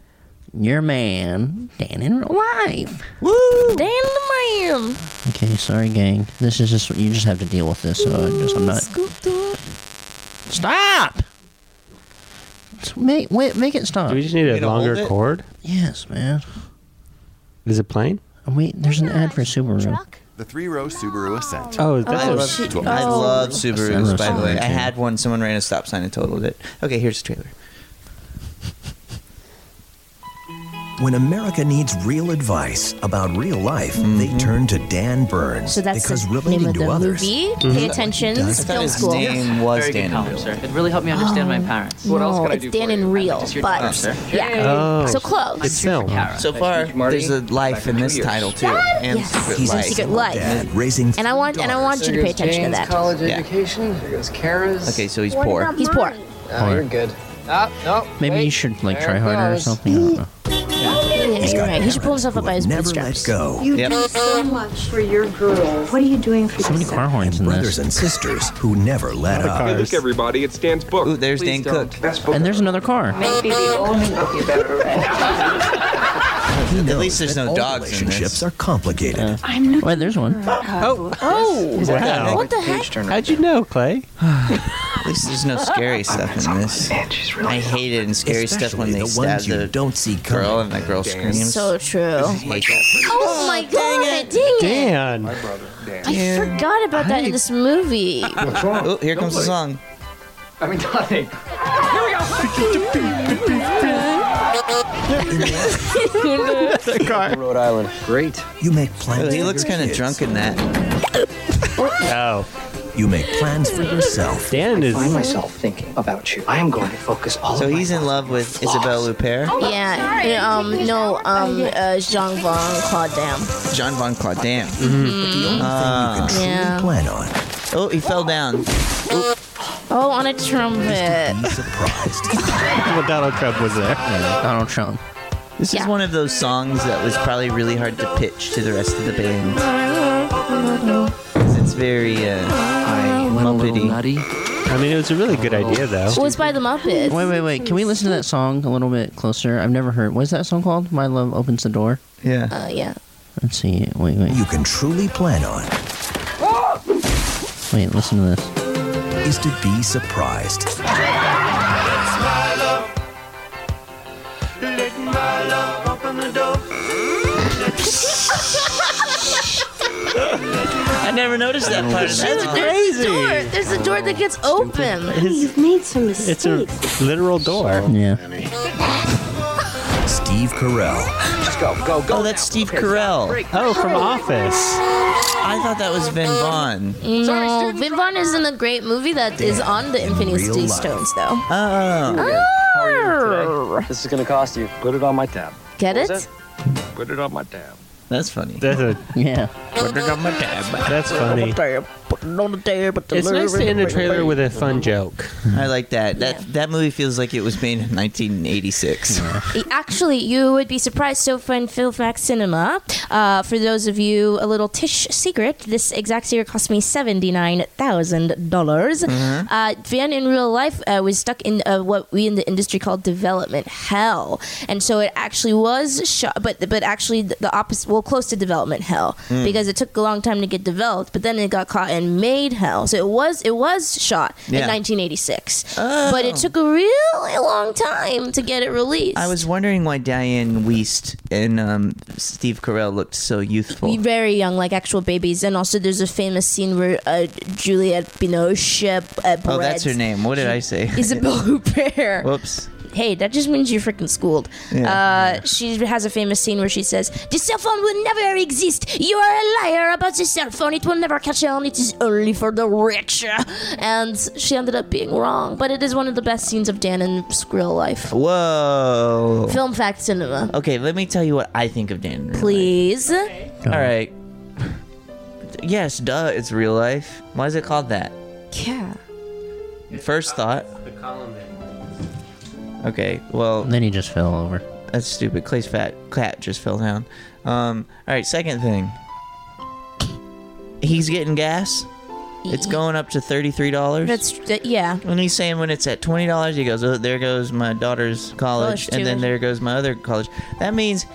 [SPEAKER 3] your man Dan in real life.
[SPEAKER 4] Damn the man.
[SPEAKER 3] Okay, sorry, gang. This is just you just have to deal with this. So I just I'm not. Stop. S- Make wait, make it stop.
[SPEAKER 5] Do we just need a
[SPEAKER 3] You gonna hold
[SPEAKER 5] longer
[SPEAKER 3] it?
[SPEAKER 5] chord?
[SPEAKER 3] Yes, man.
[SPEAKER 5] Is it playing?
[SPEAKER 3] Oh, Wait, there's an ad for Subaru.
[SPEAKER 13] The three-row Subaru Ascent.
[SPEAKER 5] Oh, that
[SPEAKER 2] I love,
[SPEAKER 5] was
[SPEAKER 2] I love Subarus, by the way.
[SPEAKER 3] Subaru,
[SPEAKER 2] I
[SPEAKER 3] too.
[SPEAKER 2] had one. Someone ran a stop sign and totaled it. Okay, here's the trailer.
[SPEAKER 14] When America needs real advice about real life, they
[SPEAKER 7] Mm-hmm.
[SPEAKER 14] turn to Dan Burns
[SPEAKER 4] So that's
[SPEAKER 14] because
[SPEAKER 4] the
[SPEAKER 14] relating
[SPEAKER 4] name of
[SPEAKER 14] to
[SPEAKER 4] the
[SPEAKER 14] others.
[SPEAKER 4] movie. Pay attention. This is film school.
[SPEAKER 2] was
[SPEAKER 15] Very
[SPEAKER 2] Dan
[SPEAKER 15] good column, sir. It really helped me understand my parents.
[SPEAKER 4] No, it's Dan and real, but
[SPEAKER 2] Oh, sir.
[SPEAKER 4] yeah, so close.
[SPEAKER 2] So far, there's a life in this title too, and secret
[SPEAKER 4] He's in
[SPEAKER 2] life.
[SPEAKER 4] Secret Life. Dad And I want and I want you to pay attention to that.
[SPEAKER 2] Yeah.
[SPEAKER 15] education. Here goes Kara's.
[SPEAKER 2] Okay, so he's poor.
[SPEAKER 4] He's poor.
[SPEAKER 15] Oh, you're good. Ah, no.
[SPEAKER 3] Maybe you should like
[SPEAKER 15] There
[SPEAKER 3] try
[SPEAKER 15] it
[SPEAKER 3] harder or
[SPEAKER 15] goes.
[SPEAKER 3] something. I don't know.
[SPEAKER 4] Yeah, you're right. He should pull himself up by his bootstraps.
[SPEAKER 14] Go.
[SPEAKER 9] You do so much for your girls. What are you doing for
[SPEAKER 14] So many car horns and brothers and sisters who never let up.
[SPEAKER 11] Hey, look, everybody, it's Dan's book. Ooh,
[SPEAKER 2] there's Dan
[SPEAKER 11] Cook. Best book.
[SPEAKER 3] And there's another car.
[SPEAKER 11] Maybe the only book you've ever read.
[SPEAKER 14] He knows
[SPEAKER 2] At least there's
[SPEAKER 14] that
[SPEAKER 2] no
[SPEAKER 14] all
[SPEAKER 2] dogs in this.
[SPEAKER 14] Relationships are complicated.
[SPEAKER 4] I'm looking
[SPEAKER 3] Wait, there's one.
[SPEAKER 5] Oh, oh,
[SPEAKER 2] Is that
[SPEAKER 5] wow.
[SPEAKER 2] that What the heck?
[SPEAKER 5] How'd you know, Clay?
[SPEAKER 2] At least there's no scary stuff in this. I hate it in scary stuff when they stab the don't see girl and that girl screams.
[SPEAKER 4] So true.
[SPEAKER 2] I hate that.
[SPEAKER 4] Oh my god, dang it.
[SPEAKER 2] Dan.
[SPEAKER 4] I forgot about that in this movie.
[SPEAKER 2] Oh, here comes the song.
[SPEAKER 8] I mean, Donnie.
[SPEAKER 2] the car.
[SPEAKER 7] Rhode Island.
[SPEAKER 8] Great.
[SPEAKER 14] You make plans.
[SPEAKER 2] Oh, He looks kind of drunk in that.
[SPEAKER 14] Oh. You make plans for yourself.
[SPEAKER 5] Dan
[SPEAKER 15] I find myself thinking about you. I am going to focus all
[SPEAKER 2] So
[SPEAKER 15] of my
[SPEAKER 2] he's in love with Isabelle Huppert.
[SPEAKER 4] yeah. yeah, Um. No. Um. Uh, Zhang Vong Claude Dam.
[SPEAKER 2] John Von Claude Damme. Ah.
[SPEAKER 4] Yeah.
[SPEAKER 14] Plan on.
[SPEAKER 2] Oh, he fell down.
[SPEAKER 4] Oh, on a trumpet.
[SPEAKER 10] Uh.
[SPEAKER 5] well, Donald Trump was there.
[SPEAKER 3] Donald Trump.
[SPEAKER 2] This is one of those songs that was probably really hard to pitch to the rest of the band. 'Cause It's very uh, muppety.
[SPEAKER 5] I mean, it was a really good idea, though.
[SPEAKER 4] Well, it's by the Muppets.
[SPEAKER 3] Wait, wait, wait. Can we listen to that song a little bit closer? I've never heard. What's that song called? My Love Opens the Door?
[SPEAKER 2] Yeah.
[SPEAKER 4] Uh, yeah.
[SPEAKER 3] Let's see. Wait, wait.
[SPEAKER 14] You can truly plan on
[SPEAKER 3] Wait, listen to this.
[SPEAKER 14] is to be surprised.
[SPEAKER 2] I never noticed that part. That's
[SPEAKER 4] Dude, there's a door. There's a door that gets open.
[SPEAKER 9] You've made some mistakes.
[SPEAKER 5] It's a literal door.
[SPEAKER 3] yeah.
[SPEAKER 14] Steve Carell.
[SPEAKER 15] Just go, go, go.
[SPEAKER 2] Oh, that's Steve Carell.
[SPEAKER 5] Oh, from Office.
[SPEAKER 2] I thought that was Vin Vaughn.
[SPEAKER 4] No, Vin Vaughn is in a great movie that is on the
[SPEAKER 2] real
[SPEAKER 4] Infinity
[SPEAKER 2] life.
[SPEAKER 4] Stones, though.
[SPEAKER 2] Oh.
[SPEAKER 15] This is going to cost you. Put it on my tab.
[SPEAKER 4] Get
[SPEAKER 15] What was
[SPEAKER 4] it?
[SPEAKER 15] Put it on my tab.
[SPEAKER 2] That's funny.
[SPEAKER 5] That's a,
[SPEAKER 3] Yeah.
[SPEAKER 5] that's funny. It's nice to end a trailer with a fun joke.
[SPEAKER 2] I like that. That that movie feels like it was made in 1986.
[SPEAKER 4] Actually, you would be surprised. So fun, Phil Max Cinema. Uh, for those of you, a little Tish secret. This exact year cost me seventy nine dollars.
[SPEAKER 2] Mm-hmm.
[SPEAKER 4] Uh, Van in real life uh, was stuck in uh, what we in the industry call development hell, and so it actually was shot, but but actually the, the opposite, well, close to development hell
[SPEAKER 2] Hmm.
[SPEAKER 10] Mm.
[SPEAKER 4] because it took a long time to get developed, but then it got caught and made hell. So it was it was shot
[SPEAKER 2] Yeah.
[SPEAKER 4] in nineteen eighty six,
[SPEAKER 2] Oh.
[SPEAKER 4] but it took a really long time to get it released.
[SPEAKER 2] I was wondering why Diane Weist and um, Steve Carell looked so youthful.
[SPEAKER 4] Be very young, like actual babies. And also, there's a famous scene where uh, Juliette Binoche uh,
[SPEAKER 2] Oh, that's her name. What did I say?
[SPEAKER 4] Isabelle Huppert.
[SPEAKER 2] Whoops.
[SPEAKER 4] Hey, that just means you're freaking schooled. Uh, she has a famous scene where she says, "The cell phone will never exist. You are a liar about the cell phone. It will never catch on. It is only for the rich." And she ended up being wrong. But it is one of the best scenes of Dan in real life.
[SPEAKER 2] Whoa.
[SPEAKER 4] Film fact cinema.
[SPEAKER 2] Oh. Okay, let me tell you what I think of Dan.
[SPEAKER 4] Please.
[SPEAKER 2] All right. Yes, duh, it's real life. Why is it called that?
[SPEAKER 4] Yeah.
[SPEAKER 2] First thought. Okay, well.
[SPEAKER 3] Then he just fell over.
[SPEAKER 2] That's stupid. Clay's fat cat just fell down. Um, all right, second thing. He's getting gas. It's going up to thirty-three dollars.
[SPEAKER 4] That's that, yeah.
[SPEAKER 2] When he's saying when it's at twenty dollars, he goes, "Oh, there goes my daughter's college,
[SPEAKER 4] College
[SPEAKER 2] and then
[SPEAKER 4] tuition.
[SPEAKER 2] there goes my other college." That means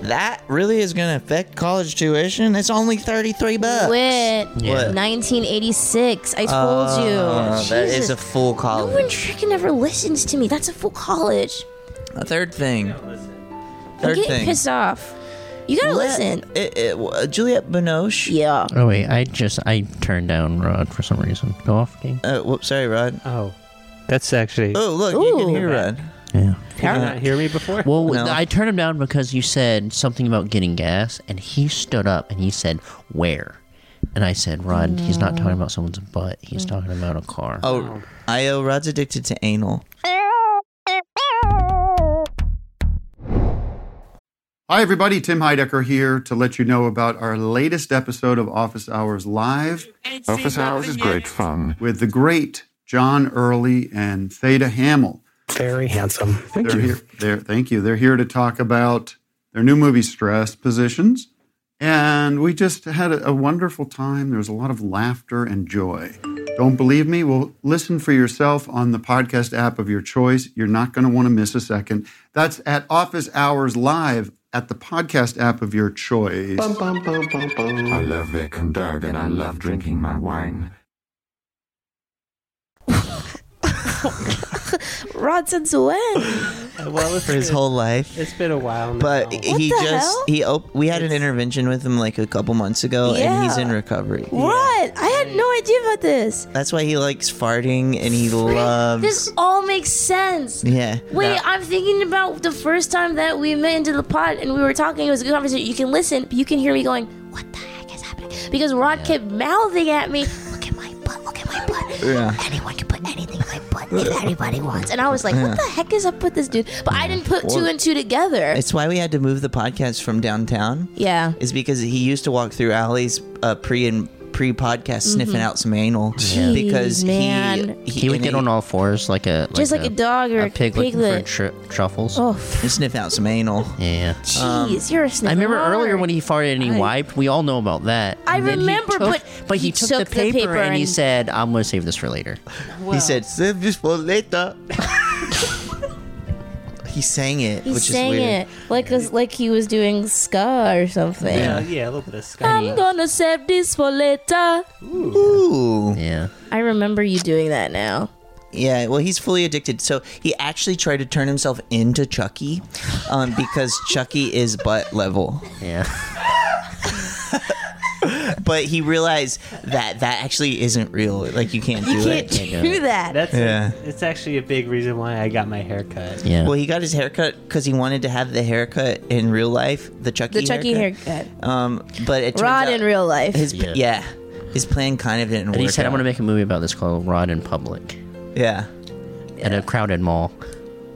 [SPEAKER 2] that really is going to affect college tuition. It's only thirty-three bucks.
[SPEAKER 4] Quit.
[SPEAKER 2] What?
[SPEAKER 4] 1986. I told you.
[SPEAKER 2] Oh, that is
[SPEAKER 4] Jesus.
[SPEAKER 2] a full
[SPEAKER 4] No
[SPEAKER 2] college.
[SPEAKER 4] one freaking ever listens to me. That's a full college.
[SPEAKER 2] A third thing.
[SPEAKER 4] I'm
[SPEAKER 2] Third
[SPEAKER 4] getting
[SPEAKER 2] thing.
[SPEAKER 4] pissed off. You gotta
[SPEAKER 2] Let-
[SPEAKER 4] listen.
[SPEAKER 2] It, it, uh, Juliette Binoche.
[SPEAKER 4] Yeah.
[SPEAKER 3] Oh, wait. I just. I turned down Rod for some reason. Go off, King.
[SPEAKER 2] Uh, whoops, sorry, Rod.
[SPEAKER 5] Oh, that's actually.
[SPEAKER 4] Uh,
[SPEAKER 2] Oh, look, you can
[SPEAKER 4] Ooh.
[SPEAKER 2] hear Rod.
[SPEAKER 3] Yeah.
[SPEAKER 5] Did you not hear me before?
[SPEAKER 3] Well,
[SPEAKER 2] No.
[SPEAKER 3] I turned him down because you said something about getting gas, and he stood up and he said, Where? And I said, Rod, he's not talking about someone's butt. He's talking about a car.
[SPEAKER 2] Oh, I oh, Rod's addicted to anal.
[SPEAKER 12] Hi, everybody. Tim Heidecker here to let you know about our latest episode of Office Hours Live. Office Hours is great fun. With the great John Early and Theta Hamill. Very handsome. Thank they're you. Here, they're, thank you. They're here to talk about their new movie, Stress Positions. And we just had a, a wonderful time. There was a lot of laughter and joy. Don't believe me? Well, listen for yourself on the podcast app of your choice. You're not going to want to miss a second. That's at Office Hours Live at the podcast app of your choice.
[SPEAKER 13] I love Vic and Doug, and I love drinking my wine.
[SPEAKER 4] Rod since when?
[SPEAKER 5] Uh,
[SPEAKER 2] Well, for his whole life.
[SPEAKER 5] It's been a while. Now.
[SPEAKER 2] But he
[SPEAKER 4] the
[SPEAKER 2] just
[SPEAKER 4] hell?
[SPEAKER 2] he op- we had an intervention with him like a couple months ago, and he's
[SPEAKER 4] Yeah.
[SPEAKER 2] in recovery.
[SPEAKER 4] What? I had no idea about this.
[SPEAKER 2] That's why he likes farting, and he loves.
[SPEAKER 4] This all makes sense.
[SPEAKER 2] yeah.
[SPEAKER 4] Wait, I'm thinking about the first time that we met into the pod and we were talking. It was a good conversation. You can listen. You can hear me going, "What the heck is happening?" Because Rod kept mouthing at me,
[SPEAKER 2] yeah.
[SPEAKER 4] "Anyone can put anything in my butt if anybody wants," and I was like,
[SPEAKER 2] Yeah.
[SPEAKER 4] "What the heck is up with this dude?" But I didn't put two
[SPEAKER 2] Well-
[SPEAKER 4] and two together.
[SPEAKER 2] It's why we had to move the podcast from downtown.
[SPEAKER 4] Yeah.
[SPEAKER 2] Is because he used to walk through alleys uh, pre and pre podcast sniffing
[SPEAKER 4] Mhm.
[SPEAKER 2] out some anal because
[SPEAKER 4] Jeez, man.
[SPEAKER 2] he
[SPEAKER 3] He would get on all fours like a
[SPEAKER 4] Just like a dog or a
[SPEAKER 3] pig looking for
[SPEAKER 4] piglet.
[SPEAKER 3] tru- truffles.
[SPEAKER 4] Oh.
[SPEAKER 2] sniff out some anal.
[SPEAKER 3] Yeah.
[SPEAKER 4] Jeez, you're a snake.
[SPEAKER 3] Um, I remember earlier when he farted and he wiped. We all know about that.
[SPEAKER 4] I
[SPEAKER 3] And then he
[SPEAKER 4] remember,
[SPEAKER 3] took-
[SPEAKER 4] but
[SPEAKER 3] but he, took, the, paper and, he said, "I'm going to save this for later."
[SPEAKER 2] He said, "Save this for later." he sang it,
[SPEAKER 4] He
[SPEAKER 2] which
[SPEAKER 4] sang
[SPEAKER 2] is weird.
[SPEAKER 4] it like a, like he was doing ska or something.
[SPEAKER 5] Yeah, Uh, yeah, a little bit of
[SPEAKER 4] I'm
[SPEAKER 5] Scotty.
[SPEAKER 4] gonna save this for later.
[SPEAKER 2] Ooh.
[SPEAKER 3] Yeah.
[SPEAKER 4] I remember you doing that now.
[SPEAKER 2] Yeah, well, he's fully addicted. So he actually tried to turn himself into Chucky um, because Chucky is butt level.
[SPEAKER 3] Yeah.
[SPEAKER 2] but he realized that that actually isn't real. Like, you can't do
[SPEAKER 4] You
[SPEAKER 2] it.
[SPEAKER 4] can't do that.
[SPEAKER 5] That's
[SPEAKER 2] Yeah.
[SPEAKER 5] a, it's actually a big reason why I got my hair cut.
[SPEAKER 2] Well, he got his haircut because he wanted to have the haircut in real life, the Chucky
[SPEAKER 4] The Chucky haircut.
[SPEAKER 2] Um, but it turns
[SPEAKER 4] Rod
[SPEAKER 2] out
[SPEAKER 4] in real life.
[SPEAKER 2] His,
[SPEAKER 3] Yeah.
[SPEAKER 2] yeah. his plan kind of didn't
[SPEAKER 3] And
[SPEAKER 2] work.
[SPEAKER 3] he said, "I'm
[SPEAKER 2] out.
[SPEAKER 3] going to make a movie about this called Rod in Public
[SPEAKER 2] Yeah.
[SPEAKER 3] at a crowded mall."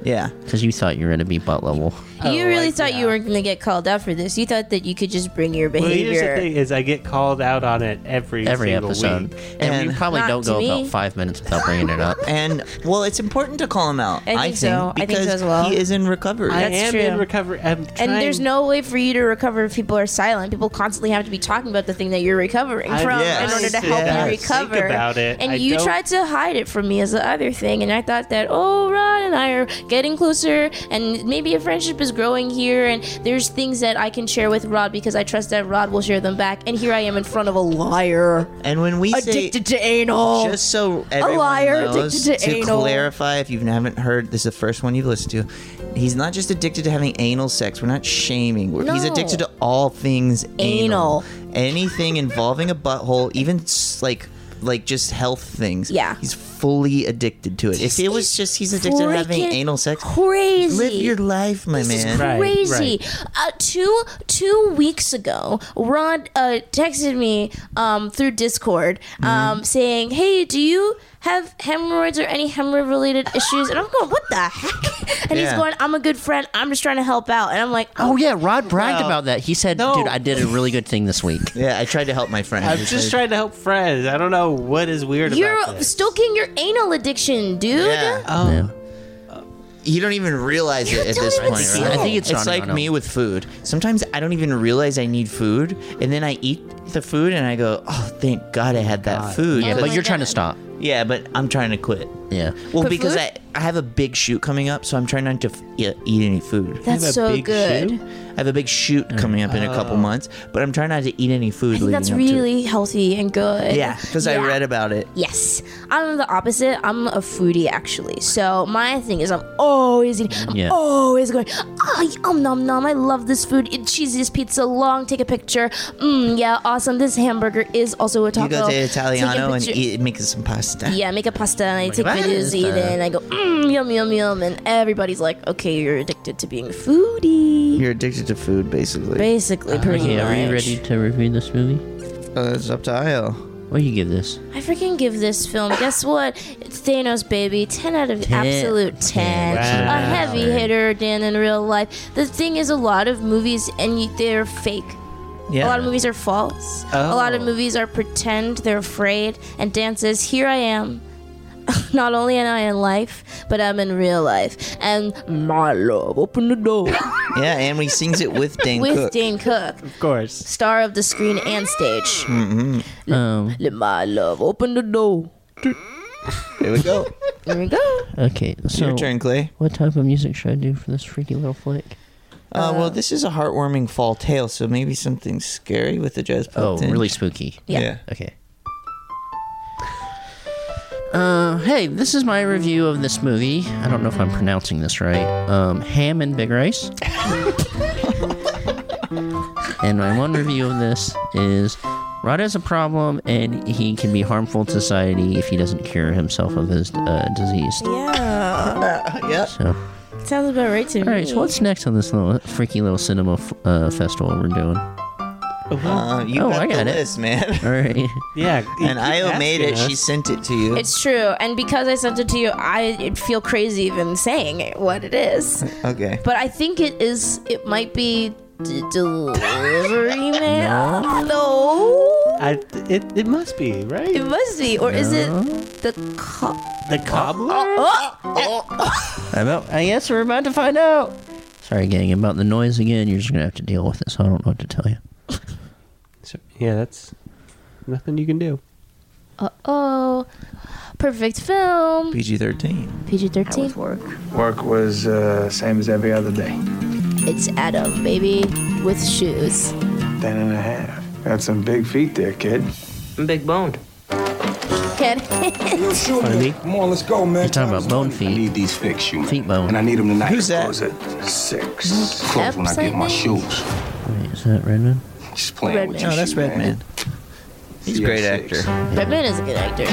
[SPEAKER 2] Yeah.
[SPEAKER 3] Because you thought you were going to be butt level.
[SPEAKER 4] you really thought you weren't gonna get called out for this. You thought that you could just bring your
[SPEAKER 5] Well, here's
[SPEAKER 4] behavior.
[SPEAKER 5] the thing: is I get called out on it every
[SPEAKER 3] Every
[SPEAKER 5] single
[SPEAKER 3] episode,
[SPEAKER 5] Week.
[SPEAKER 3] and, we probably
[SPEAKER 4] Not
[SPEAKER 3] don't
[SPEAKER 4] to
[SPEAKER 3] go
[SPEAKER 4] me.
[SPEAKER 3] about five minutes without bringing it up.
[SPEAKER 2] And well, it's important to call him out.
[SPEAKER 4] I
[SPEAKER 2] I think,
[SPEAKER 4] think so. I think so
[SPEAKER 2] because
[SPEAKER 4] as well.
[SPEAKER 2] he is in recovery.
[SPEAKER 5] I
[SPEAKER 4] That's
[SPEAKER 5] am
[SPEAKER 4] true.
[SPEAKER 5] in recovery. I'm trying,
[SPEAKER 4] and there's no way for you to recover if people are silent. People constantly have to be talking about the thing that you're recovering
[SPEAKER 5] I-
[SPEAKER 4] from
[SPEAKER 5] yes,
[SPEAKER 4] in order to help
[SPEAKER 5] yes.
[SPEAKER 4] you recover.
[SPEAKER 5] Think about it.
[SPEAKER 4] And
[SPEAKER 5] I
[SPEAKER 4] you
[SPEAKER 5] don't-
[SPEAKER 4] tried to hide it from me as the other thing. And I thought that, oh, Rod and I are getting closer, and maybe a friendship is growing here. And there's things that I can share with Rod because I trust that Rod will share them back. And here I am in front of a liar.
[SPEAKER 2] And when we
[SPEAKER 4] Addicted
[SPEAKER 2] say
[SPEAKER 4] to anal.
[SPEAKER 2] just so everyone
[SPEAKER 4] Oh, liar
[SPEAKER 2] knows,
[SPEAKER 4] addicted to
[SPEAKER 2] to
[SPEAKER 4] anal.
[SPEAKER 2] clarify, if you haven't heard, this is the first one you've listened to. He's not just addicted to having anal sex. We're not shaming. We're- He's
[SPEAKER 4] No.
[SPEAKER 2] addicted to all things anal. anything involving a butthole, even s- like like just health things.
[SPEAKER 4] Yeah.
[SPEAKER 2] he's fully addicted to it. If it was just he's addicted to having
[SPEAKER 4] Freaking
[SPEAKER 2] anal sex,
[SPEAKER 4] crazy.
[SPEAKER 2] live your life, my
[SPEAKER 4] This
[SPEAKER 2] man.
[SPEAKER 4] is crazy. Uh, two two weeks ago, Rod uh, texted me um, through Discord um,
[SPEAKER 2] Mm-hmm.
[SPEAKER 4] saying, "Hey, do you have hemorrhoids or any hemorrhoid related issues?" And I'm going, "What the heck?" And he's
[SPEAKER 3] Yeah.
[SPEAKER 4] going, "I'm a good friend. I'm just trying to help out." And I'm like,
[SPEAKER 3] Oh yeah, Rod bragged about that. He said, "Dude, I did a really good thing this week."
[SPEAKER 2] Yeah, I tried to help my friend.
[SPEAKER 5] I'm just trying to help friends. I don't know what is weird about
[SPEAKER 4] You're
[SPEAKER 5] this.
[SPEAKER 4] stoking your anal addiction, dude.
[SPEAKER 2] Yeah. You don't even realize it at
[SPEAKER 4] don't
[SPEAKER 2] this
[SPEAKER 4] even
[SPEAKER 2] point.
[SPEAKER 4] see
[SPEAKER 2] Right?
[SPEAKER 4] it. I think
[SPEAKER 3] it's
[SPEAKER 2] it's
[SPEAKER 3] not-
[SPEAKER 2] like
[SPEAKER 3] no, no.
[SPEAKER 2] me with food. Sometimes I don't even realize I need food, and then I eat the food, and I go, "Oh, thank God I had that food."
[SPEAKER 3] Yeah,
[SPEAKER 2] Because-
[SPEAKER 3] but you're trying to stop.
[SPEAKER 2] Yeah, but I'm trying to quit.
[SPEAKER 3] Yeah.
[SPEAKER 2] Well,
[SPEAKER 4] Quit
[SPEAKER 2] because
[SPEAKER 4] food?
[SPEAKER 2] I, I have a big shoot coming up, so I'm trying not to f- e- eat any food.
[SPEAKER 4] That's
[SPEAKER 5] a
[SPEAKER 4] so
[SPEAKER 5] big
[SPEAKER 4] good.
[SPEAKER 5] shoe?
[SPEAKER 2] I have a big shoot coming up in a couple
[SPEAKER 5] Oh.
[SPEAKER 2] months, but I'm trying not to eat any food.
[SPEAKER 4] I think
[SPEAKER 2] leading
[SPEAKER 4] that's
[SPEAKER 2] up to
[SPEAKER 4] really healthy and good.
[SPEAKER 2] it. Yeah, because I
[SPEAKER 4] Yeah.
[SPEAKER 2] read about it.
[SPEAKER 4] Yes, I'm the opposite. I'm a foodie actually. So my thing is, I'm always eating. I'm
[SPEAKER 1] Yeah.
[SPEAKER 4] always going. Ah, um nom nom. I love this food. It, cheese this pizza long. Take a picture. Mmm, yeah, awesome. This hamburger is also a taco.
[SPEAKER 2] You go to
[SPEAKER 4] Take a
[SPEAKER 2] Italiano and
[SPEAKER 4] picture.
[SPEAKER 2] eat, make some pasta.
[SPEAKER 4] Yeah, make a pasta and I
[SPEAKER 2] Make
[SPEAKER 4] take
[SPEAKER 2] a
[SPEAKER 4] videos,
[SPEAKER 2] pasta.
[SPEAKER 4] eat it, and I go, mmm, yum, yum, yum. And everybody's like, okay, you're addicted to being foodie.
[SPEAKER 2] You're addicted to food, basically.
[SPEAKER 4] Basically, pretty
[SPEAKER 3] okay, are you
[SPEAKER 4] much.
[SPEAKER 3] ready to review this movie?
[SPEAKER 2] Uh, it's up to Io.
[SPEAKER 3] What do you give this?
[SPEAKER 4] I freaking give this film. Guess what? It's Thanos, baby. Ten out of
[SPEAKER 3] Ten.
[SPEAKER 4] absolute ten.
[SPEAKER 3] Wow.
[SPEAKER 4] A heavy hitter, Dan, in real life. The thing is, a lot of movies and you, they're fake.
[SPEAKER 2] Yeah.
[SPEAKER 4] A lot of movies are false. A lot of
[SPEAKER 2] Oh.
[SPEAKER 4] movies are pretend. They're afraid. And Dan says, "Here I am." Not only am I in life, but I'm in real life. And my love, open the door.
[SPEAKER 2] Yeah, and we sings it with Dane
[SPEAKER 4] with
[SPEAKER 2] Cook.
[SPEAKER 4] Dane Cook,
[SPEAKER 5] of course.
[SPEAKER 4] star of the screen and stage.
[SPEAKER 2] Mm-hmm.
[SPEAKER 3] Um,
[SPEAKER 4] Let my love open the door.
[SPEAKER 2] Here we go.
[SPEAKER 4] There we go.
[SPEAKER 3] Okay, so
[SPEAKER 2] Your turn, Clay.
[SPEAKER 3] What type of music should I do for this freaky little flick?
[SPEAKER 2] Uh, well, this is a heartwarming fall tale, so maybe something scary with the jazz.
[SPEAKER 3] Oh,
[SPEAKER 2] tinge.
[SPEAKER 3] really spooky.
[SPEAKER 2] Yeah.
[SPEAKER 3] Okay. Uh, hey, this is my review of this movie. I don't know if I'm pronouncing this right. Um, ham and big rice. and my one review of this is Rod has a problem and he can be harmful to society if he doesn't cure himself of his uh, disease.
[SPEAKER 2] Yeah. yep.
[SPEAKER 3] So,
[SPEAKER 4] Sounds about right to me.
[SPEAKER 3] all right, so what's next on this little freaky little cinema f- uh, festival we're doing?
[SPEAKER 2] Uh, you
[SPEAKER 3] oh,
[SPEAKER 2] got
[SPEAKER 3] I
[SPEAKER 2] the
[SPEAKER 3] got it.
[SPEAKER 2] list, man.
[SPEAKER 3] All right.
[SPEAKER 5] Yeah.
[SPEAKER 2] And Io
[SPEAKER 3] asking
[SPEAKER 2] made it.
[SPEAKER 3] us.
[SPEAKER 2] She sent it to you.
[SPEAKER 4] It's true, and because I sent it to you, I feel crazy even saying it, what it is.
[SPEAKER 2] okay.
[SPEAKER 4] But I think it is. It might be d- delivery man.
[SPEAKER 5] No.
[SPEAKER 4] No.
[SPEAKER 5] I, it, it must be, right?
[SPEAKER 4] it must be, or is it
[SPEAKER 5] No.
[SPEAKER 4] the co-
[SPEAKER 5] The cobbler?
[SPEAKER 4] Oh, oh,
[SPEAKER 3] I'm out. I guess we're about to find out. Sorry, gang, about the noise again. You're just going to have to deal with it, so I don't know what to tell you.
[SPEAKER 5] Yeah, that's nothing you can do.
[SPEAKER 4] oh, oh. Perfect film.
[SPEAKER 2] PG 13.
[SPEAKER 4] PG thirteen. Work.
[SPEAKER 16] Work was uh, same as every other day.
[SPEAKER 4] It's Adam, baby, with shoes.
[SPEAKER 16] Ten and a half. Got some big feet there, kid. I'm big boned.
[SPEAKER 4] Kid.
[SPEAKER 16] Come on, let's go, man.
[SPEAKER 3] You're talking about bone feet. I
[SPEAKER 16] need these fixed, Schumann.
[SPEAKER 3] Feet bone.
[SPEAKER 16] And I need them tonight.
[SPEAKER 2] Who's that?
[SPEAKER 16] Close at six. Close when I
[SPEAKER 2] Upside
[SPEAKER 16] get my
[SPEAKER 2] down.
[SPEAKER 16] shoes.
[SPEAKER 3] Wait, is that Redman?
[SPEAKER 16] Just playing
[SPEAKER 4] Red
[SPEAKER 16] with
[SPEAKER 4] Man.
[SPEAKER 16] you,
[SPEAKER 4] No, that's
[SPEAKER 16] Schumann.
[SPEAKER 2] Red Man. He's a great actor.
[SPEAKER 4] Redman is a good actor.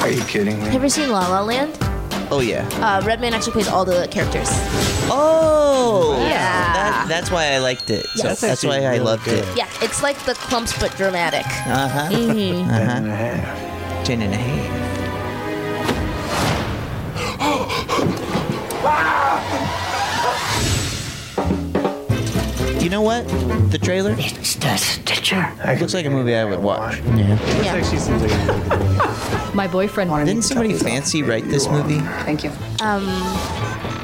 [SPEAKER 16] Are you kidding
[SPEAKER 4] Have you
[SPEAKER 16] me?
[SPEAKER 4] ever seen La La Land?
[SPEAKER 2] Oh, yeah.
[SPEAKER 4] Uh, Redman actually plays all the characters.
[SPEAKER 2] Oh!
[SPEAKER 4] Yeah.
[SPEAKER 2] That, that's why I liked it. So
[SPEAKER 4] Yes.
[SPEAKER 2] that's, why I loved it.
[SPEAKER 4] Yeah, it's like the clumps but dramatic.
[SPEAKER 2] Uh huh.
[SPEAKER 4] Mhm.
[SPEAKER 2] Uh-huh.
[SPEAKER 16] and a half.
[SPEAKER 2] Ten and a half. You know what? The trailer? It's the Stitcher. Looks like a movie I would watch.
[SPEAKER 3] Yeah.
[SPEAKER 5] It's actually seems like a really good movie.
[SPEAKER 9] My boyfriend wanted
[SPEAKER 2] Didn't somebody fancy write this movie?
[SPEAKER 9] Thank you.
[SPEAKER 4] Um,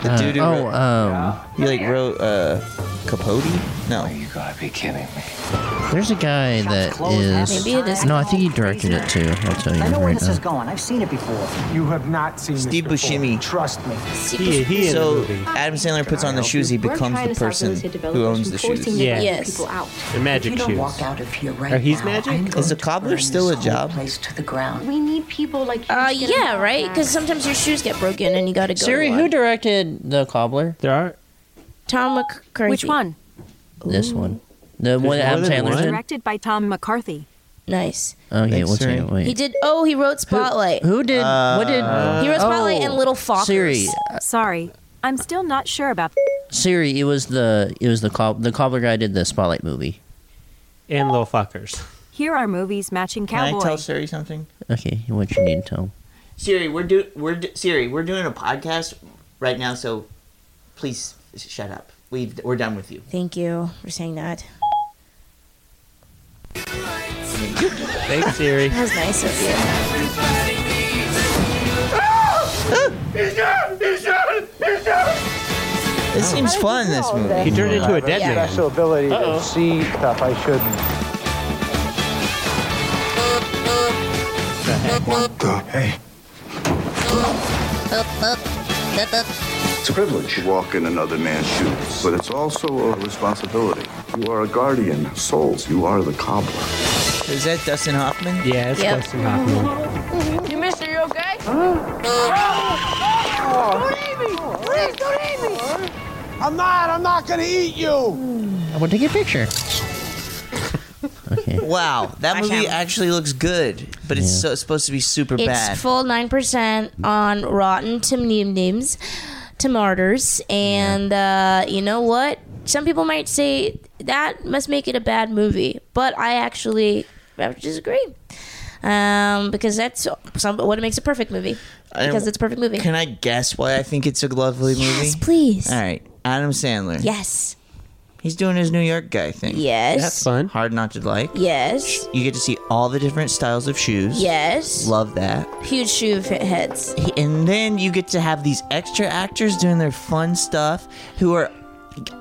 [SPEAKER 2] The dude who
[SPEAKER 3] oh,
[SPEAKER 2] wrote-
[SPEAKER 3] um,
[SPEAKER 2] he like wrote uh, Capote? No.
[SPEAKER 16] You gotta be kidding me.
[SPEAKER 3] um, there's a guy that is.
[SPEAKER 4] Maybe it is
[SPEAKER 3] No, I think he directed it too. I'll tell you
[SPEAKER 17] I know where
[SPEAKER 3] right
[SPEAKER 17] this is
[SPEAKER 3] now.
[SPEAKER 17] going. I've seen it before. You have not seen
[SPEAKER 2] Steve Buscemi.
[SPEAKER 17] Trust me.
[SPEAKER 5] He, he in the
[SPEAKER 2] so
[SPEAKER 5] movie.
[SPEAKER 2] Adam Sandler puts on the shoes, he becomes the person who owns the shoes.
[SPEAKER 5] Yeah.
[SPEAKER 4] yes.
[SPEAKER 5] The magic shoes.
[SPEAKER 17] out of here right
[SPEAKER 5] Are he's magic?
[SPEAKER 2] Is the cobbler still a job?
[SPEAKER 17] place to the ground.
[SPEAKER 9] We need people like
[SPEAKER 4] Uh, yeah, right? uh, Because sometimes your shoes get broken and you gotta go.
[SPEAKER 3] Siri,
[SPEAKER 4] to
[SPEAKER 3] who
[SPEAKER 4] one.
[SPEAKER 3] directed The Cobbler?
[SPEAKER 5] There are.
[SPEAKER 4] Tom McCarthy.
[SPEAKER 9] Which one?
[SPEAKER 3] This one. The one that Adam
[SPEAKER 5] more than
[SPEAKER 3] Sandler's in?
[SPEAKER 9] Directed by Tom McCarthy.
[SPEAKER 4] Nice.
[SPEAKER 3] Okay,
[SPEAKER 2] Thanks,
[SPEAKER 3] what's
[SPEAKER 2] Siri.
[SPEAKER 3] it? Wait.
[SPEAKER 4] He did. Oh, he wrote Spotlight.
[SPEAKER 3] Who did.
[SPEAKER 2] Uh,
[SPEAKER 3] what did.
[SPEAKER 4] he wrote Spotlight
[SPEAKER 3] oh,
[SPEAKER 4] and Little Fox.
[SPEAKER 3] Siri.
[SPEAKER 9] Sorry, I'm still not sure about.
[SPEAKER 3] Siri, it was the it was the cob- the cobbler guy did the Spotlight movie.
[SPEAKER 5] And little fuckers.
[SPEAKER 9] Here are movies matching
[SPEAKER 2] Can I tell
[SPEAKER 9] cowboy.
[SPEAKER 2] Siri something?
[SPEAKER 3] Okay, what you need to tell him?
[SPEAKER 18] Siri, we're do we're do- Siri, we're doing a podcast right now, so please sh- shut up. We have we're done with you.
[SPEAKER 4] Thank you for saying that.
[SPEAKER 5] Thanks, Siri.
[SPEAKER 4] That was nice of you.
[SPEAKER 2] This seems fun. This movie.
[SPEAKER 5] He turned into a dead
[SPEAKER 4] Yeah.
[SPEAKER 5] man.
[SPEAKER 16] Special ability
[SPEAKER 5] Uh-oh.
[SPEAKER 16] to see stuff I shouldn't. What the hey?
[SPEAKER 19] It's a privilege to walk in another man's shoes, but it's also a responsibility. You are a guardian of souls. You are the cobbler.
[SPEAKER 2] Is that Dustin Hoffman?
[SPEAKER 5] Yeah, it's
[SPEAKER 4] Yep.
[SPEAKER 5] Dustin Hoffman.
[SPEAKER 20] You missed it, you okay?
[SPEAKER 21] Please don't eat me! I'm not, I'm not gonna eat you!
[SPEAKER 3] I want to take a picture. okay.
[SPEAKER 2] Wow, that movie actually looks good, but it's so, supposed to be super
[SPEAKER 4] It's
[SPEAKER 2] bad.
[SPEAKER 4] full nine percent on Rotten Tomatoes, tomatoes, and uh, you know what? Some people might say that must make it a bad movie, but I actually I would disagree. Um, because that's some, what makes a perfect movie.
[SPEAKER 2] I-
[SPEAKER 4] Because it's a perfect movie.
[SPEAKER 2] Can I guess why I think it's a lovely movie?
[SPEAKER 4] yes, please.
[SPEAKER 2] All right, Adam Sandler.
[SPEAKER 4] Yes.
[SPEAKER 2] He's doing his New York guy thing.
[SPEAKER 4] Yes. That's
[SPEAKER 5] fun.
[SPEAKER 2] Hard not to like.
[SPEAKER 4] Yes.
[SPEAKER 2] You get to see all the different styles of shoes.
[SPEAKER 4] Yes.
[SPEAKER 2] Love that.
[SPEAKER 4] Huge shoe fit heads.
[SPEAKER 2] And then you get to have these extra actors doing their fun stuff who are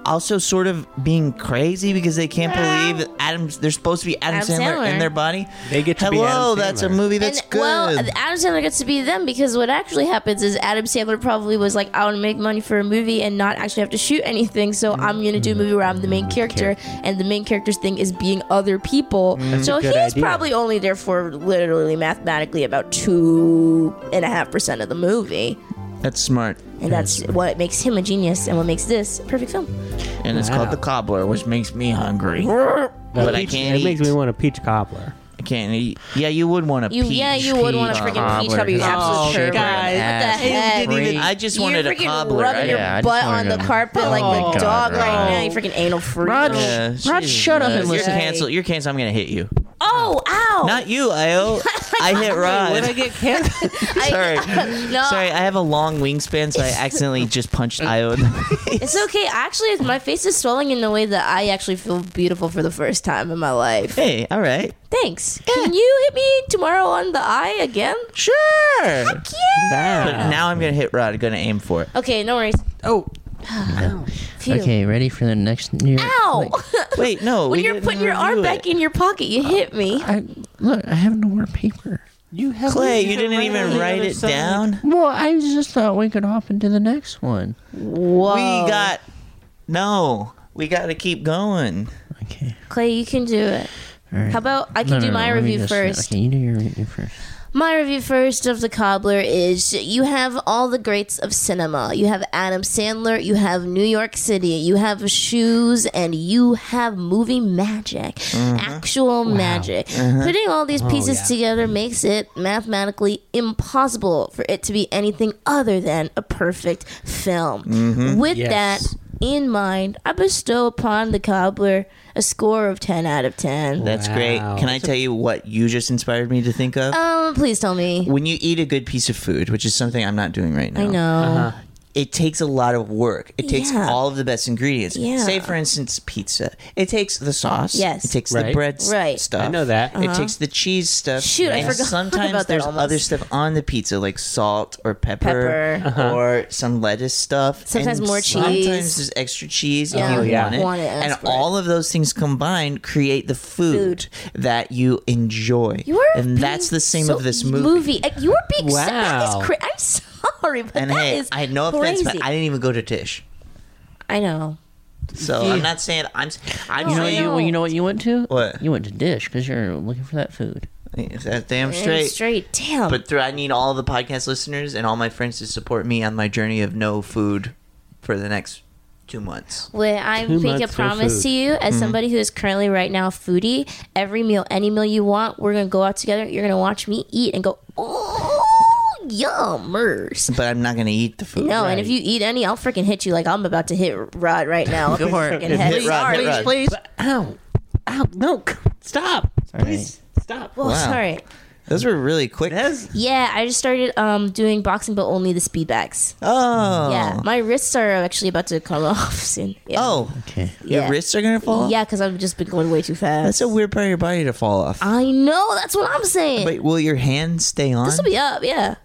[SPEAKER 2] also sort of being crazy because they can't believe that Adam. They're supposed to be Adam,
[SPEAKER 4] Adam
[SPEAKER 2] Sandler,
[SPEAKER 4] Sandler.
[SPEAKER 2] in their body.
[SPEAKER 5] They get
[SPEAKER 4] to be
[SPEAKER 2] Hello,
[SPEAKER 4] Adam
[SPEAKER 2] that's a
[SPEAKER 4] Sandler.
[SPEAKER 2] movie that's
[SPEAKER 4] And,
[SPEAKER 2] good.
[SPEAKER 4] Well, Adam Sandler gets to be them because what actually happens is Adam Sandler probably was like, I want to make money for a movie and not actually have to shoot anything, so I'm going to do a movie where I'm the main character, and the main character's thing is being other people.
[SPEAKER 2] Mm.
[SPEAKER 22] That's
[SPEAKER 4] so
[SPEAKER 22] a good
[SPEAKER 4] he's
[SPEAKER 22] idea.
[SPEAKER 4] probably only there for literally mathematically about two and a half percent of the movie.
[SPEAKER 2] that's smart.
[SPEAKER 4] And that's what makes him a genius and what makes this a perfect film.
[SPEAKER 2] And it's called
[SPEAKER 4] Wow.
[SPEAKER 2] the cobbler, which makes me hungry.
[SPEAKER 4] The
[SPEAKER 2] but I
[SPEAKER 5] peach-
[SPEAKER 2] can't.
[SPEAKER 5] it makes
[SPEAKER 2] me want a peach cobbler. I can't eat. Yeah, you would want a
[SPEAKER 4] You-
[SPEAKER 2] peach.
[SPEAKER 4] yeah, you would want a freaking peach cobbler, you absolute
[SPEAKER 2] Oh,
[SPEAKER 4] pervert.
[SPEAKER 2] guys,
[SPEAKER 4] Guys, what the
[SPEAKER 2] I
[SPEAKER 4] heck?
[SPEAKER 2] didn't even- I just
[SPEAKER 4] You're
[SPEAKER 2] wanted a
[SPEAKER 4] freaking
[SPEAKER 2] cobbler.
[SPEAKER 4] rubbing
[SPEAKER 2] I-
[SPEAKER 4] your
[SPEAKER 2] yeah, I just
[SPEAKER 4] butt on
[SPEAKER 2] wanted
[SPEAKER 4] the
[SPEAKER 2] a-
[SPEAKER 4] carpet like
[SPEAKER 2] Oh,
[SPEAKER 4] the dog
[SPEAKER 2] God,
[SPEAKER 4] right
[SPEAKER 2] Raj.
[SPEAKER 4] now. You freaking anal freak.
[SPEAKER 2] Yeah,
[SPEAKER 4] Raj,
[SPEAKER 2] Jesus.
[SPEAKER 4] shut up and
[SPEAKER 2] You're
[SPEAKER 4] listen.
[SPEAKER 2] canceled. You're canceled. I'm gonna hit you.
[SPEAKER 4] Oh, ow!
[SPEAKER 2] Not you, Io. I hit Rod.
[SPEAKER 4] Wait, when I
[SPEAKER 2] get canceled? Sorry.
[SPEAKER 4] No.
[SPEAKER 2] Sorry, I have a long wingspan, so I accidentally just punched Io.
[SPEAKER 4] It's okay. Actually, my face is swelling in a way that I actually feel beautiful for the first time in my life.
[SPEAKER 2] Hey, all right.
[SPEAKER 4] Thanks. Can you hit me tomorrow on the eye again?
[SPEAKER 2] Sure. Heck
[SPEAKER 4] yeah.
[SPEAKER 2] But now I'm gonna hit Rod. I'm gonna aim for it.
[SPEAKER 4] Okay, no worries.
[SPEAKER 2] Oh.
[SPEAKER 4] Phew.
[SPEAKER 3] Okay, ready for the next New York?
[SPEAKER 4] Ow!
[SPEAKER 2] Wait, no.
[SPEAKER 4] when
[SPEAKER 3] we
[SPEAKER 4] you're
[SPEAKER 3] didn't
[SPEAKER 4] putting your arm
[SPEAKER 3] review
[SPEAKER 4] back in your pocket, you hit me.
[SPEAKER 3] Look, I have no more paper.
[SPEAKER 5] You have
[SPEAKER 2] Clay, you didn't even write it down.
[SPEAKER 3] Well, I just thought we could hop into the next one.
[SPEAKER 4] Whoa.
[SPEAKER 2] We got no. We got to keep going.
[SPEAKER 4] Clay, you can do it.
[SPEAKER 3] All right.
[SPEAKER 4] How about I can
[SPEAKER 3] No, no,
[SPEAKER 4] do
[SPEAKER 3] no,
[SPEAKER 4] my
[SPEAKER 3] let me
[SPEAKER 4] review
[SPEAKER 3] just-
[SPEAKER 4] first?
[SPEAKER 3] Okay, you do your review first.
[SPEAKER 4] My review first of The Cobbler is you have all the greats of cinema. You have Adam Sandler, you have New York City, you have shoes, and you have movie magic. Actual magic.
[SPEAKER 22] Uh-huh.
[SPEAKER 4] Putting all these
[SPEAKER 22] Mm-hmm. Oh,
[SPEAKER 4] pieces
[SPEAKER 22] yeah.
[SPEAKER 4] together makes it mathematically impossible for it to be anything other than a perfect film.
[SPEAKER 22] Mhm.
[SPEAKER 4] With
[SPEAKER 22] Yes.
[SPEAKER 4] that in mind, I bestow upon The Cobbler a score of 10 out of 10.
[SPEAKER 2] That's great. Can I tell you what you just inspired me to think of?
[SPEAKER 4] Um, please tell me.
[SPEAKER 2] when you eat a good piece of food, which is something I'm not doing right now.
[SPEAKER 4] I know. Uh-huh.
[SPEAKER 2] It takes a lot of work. It takes
[SPEAKER 4] Yeah.
[SPEAKER 2] all of the best ingredients.
[SPEAKER 4] Yeah.
[SPEAKER 2] Say, for instance, pizza. It takes the sauce.
[SPEAKER 4] Yes.
[SPEAKER 2] It takes the
[SPEAKER 5] Right.
[SPEAKER 2] bread s-
[SPEAKER 4] Right.
[SPEAKER 2] stuff.
[SPEAKER 5] I know that.
[SPEAKER 2] It
[SPEAKER 5] Uh-huh.
[SPEAKER 2] takes the cheese stuff.
[SPEAKER 4] Shoot, I
[SPEAKER 2] and
[SPEAKER 4] forgot
[SPEAKER 2] Sometimes
[SPEAKER 4] about that
[SPEAKER 2] there's
[SPEAKER 4] almost.
[SPEAKER 2] other stuff on the pizza, like salt or pepper,
[SPEAKER 4] Pepper. Uh-huh.
[SPEAKER 2] or some lettuce stuff.
[SPEAKER 4] Sometimes
[SPEAKER 2] and
[SPEAKER 4] more cheese.
[SPEAKER 2] Sometimes there's extra cheese
[SPEAKER 4] Yeah.
[SPEAKER 2] if you
[SPEAKER 4] Oh, yeah.
[SPEAKER 2] want it.
[SPEAKER 4] Want it,
[SPEAKER 2] and
[SPEAKER 4] ask for it.
[SPEAKER 2] all of those things combined create the food, that you enjoy.
[SPEAKER 4] You are
[SPEAKER 2] and that's the same
[SPEAKER 4] so-
[SPEAKER 2] of this
[SPEAKER 4] movie. Uh, You were being
[SPEAKER 2] Wow.
[SPEAKER 4] wow. that is cra- I'm sorry, but
[SPEAKER 2] And
[SPEAKER 4] that
[SPEAKER 2] hey,
[SPEAKER 4] is
[SPEAKER 2] I had no offense,
[SPEAKER 4] crazy.
[SPEAKER 2] but I didn't even go to Tish.
[SPEAKER 4] I know.
[SPEAKER 2] So
[SPEAKER 3] Yeah.
[SPEAKER 2] I'm not saying I'm. s- I'm
[SPEAKER 3] you know,
[SPEAKER 2] saying
[SPEAKER 3] you, you know what you went to?
[SPEAKER 2] What?
[SPEAKER 3] You went to Dish because you're looking for that food.
[SPEAKER 2] That's damn
[SPEAKER 4] Damn
[SPEAKER 2] straight.
[SPEAKER 4] straight. Damn.
[SPEAKER 2] But through, I need all the podcast listeners and all my friends to support me on my journey of no food for the next two months.
[SPEAKER 4] Well, I
[SPEAKER 2] Two
[SPEAKER 4] make a
[SPEAKER 2] months, no
[SPEAKER 4] promise to
[SPEAKER 2] food.
[SPEAKER 4] you, as
[SPEAKER 2] Mhm.
[SPEAKER 4] somebody who is currently right now a foodie, every meal, any meal you want, we're gonna go out together. You're gonna watch me eat and go, oh, yummers.
[SPEAKER 2] But I'm not gonna eat the food.
[SPEAKER 4] No, and if you eat any, I'll freaking hit you like I'm about to hit Rod right now.
[SPEAKER 2] Go for it.
[SPEAKER 4] Freaking
[SPEAKER 2] Hit
[SPEAKER 4] head.
[SPEAKER 2] Rod, hit
[SPEAKER 4] Sorry.
[SPEAKER 2] Rod.
[SPEAKER 4] please, please.
[SPEAKER 5] Ow. Ow. No. Stop. Please. Stop.
[SPEAKER 4] Well, sorry.
[SPEAKER 2] Those were really quick.
[SPEAKER 4] Yeah, I just started um doing boxing, but only the speed bags.
[SPEAKER 2] Oh.
[SPEAKER 4] Yeah, my wrists are actually about to come off soon. Yeah.
[SPEAKER 2] Oh.
[SPEAKER 3] Okay.
[SPEAKER 2] Your wrists are gonna fall. off?
[SPEAKER 4] Yeah, because I've just been going way too fast.
[SPEAKER 2] Oh. That's a weird part of your body to fall off.
[SPEAKER 4] I know. That's what I'm saying.
[SPEAKER 2] But will your hands stay on?
[SPEAKER 4] this will be up. Yeah.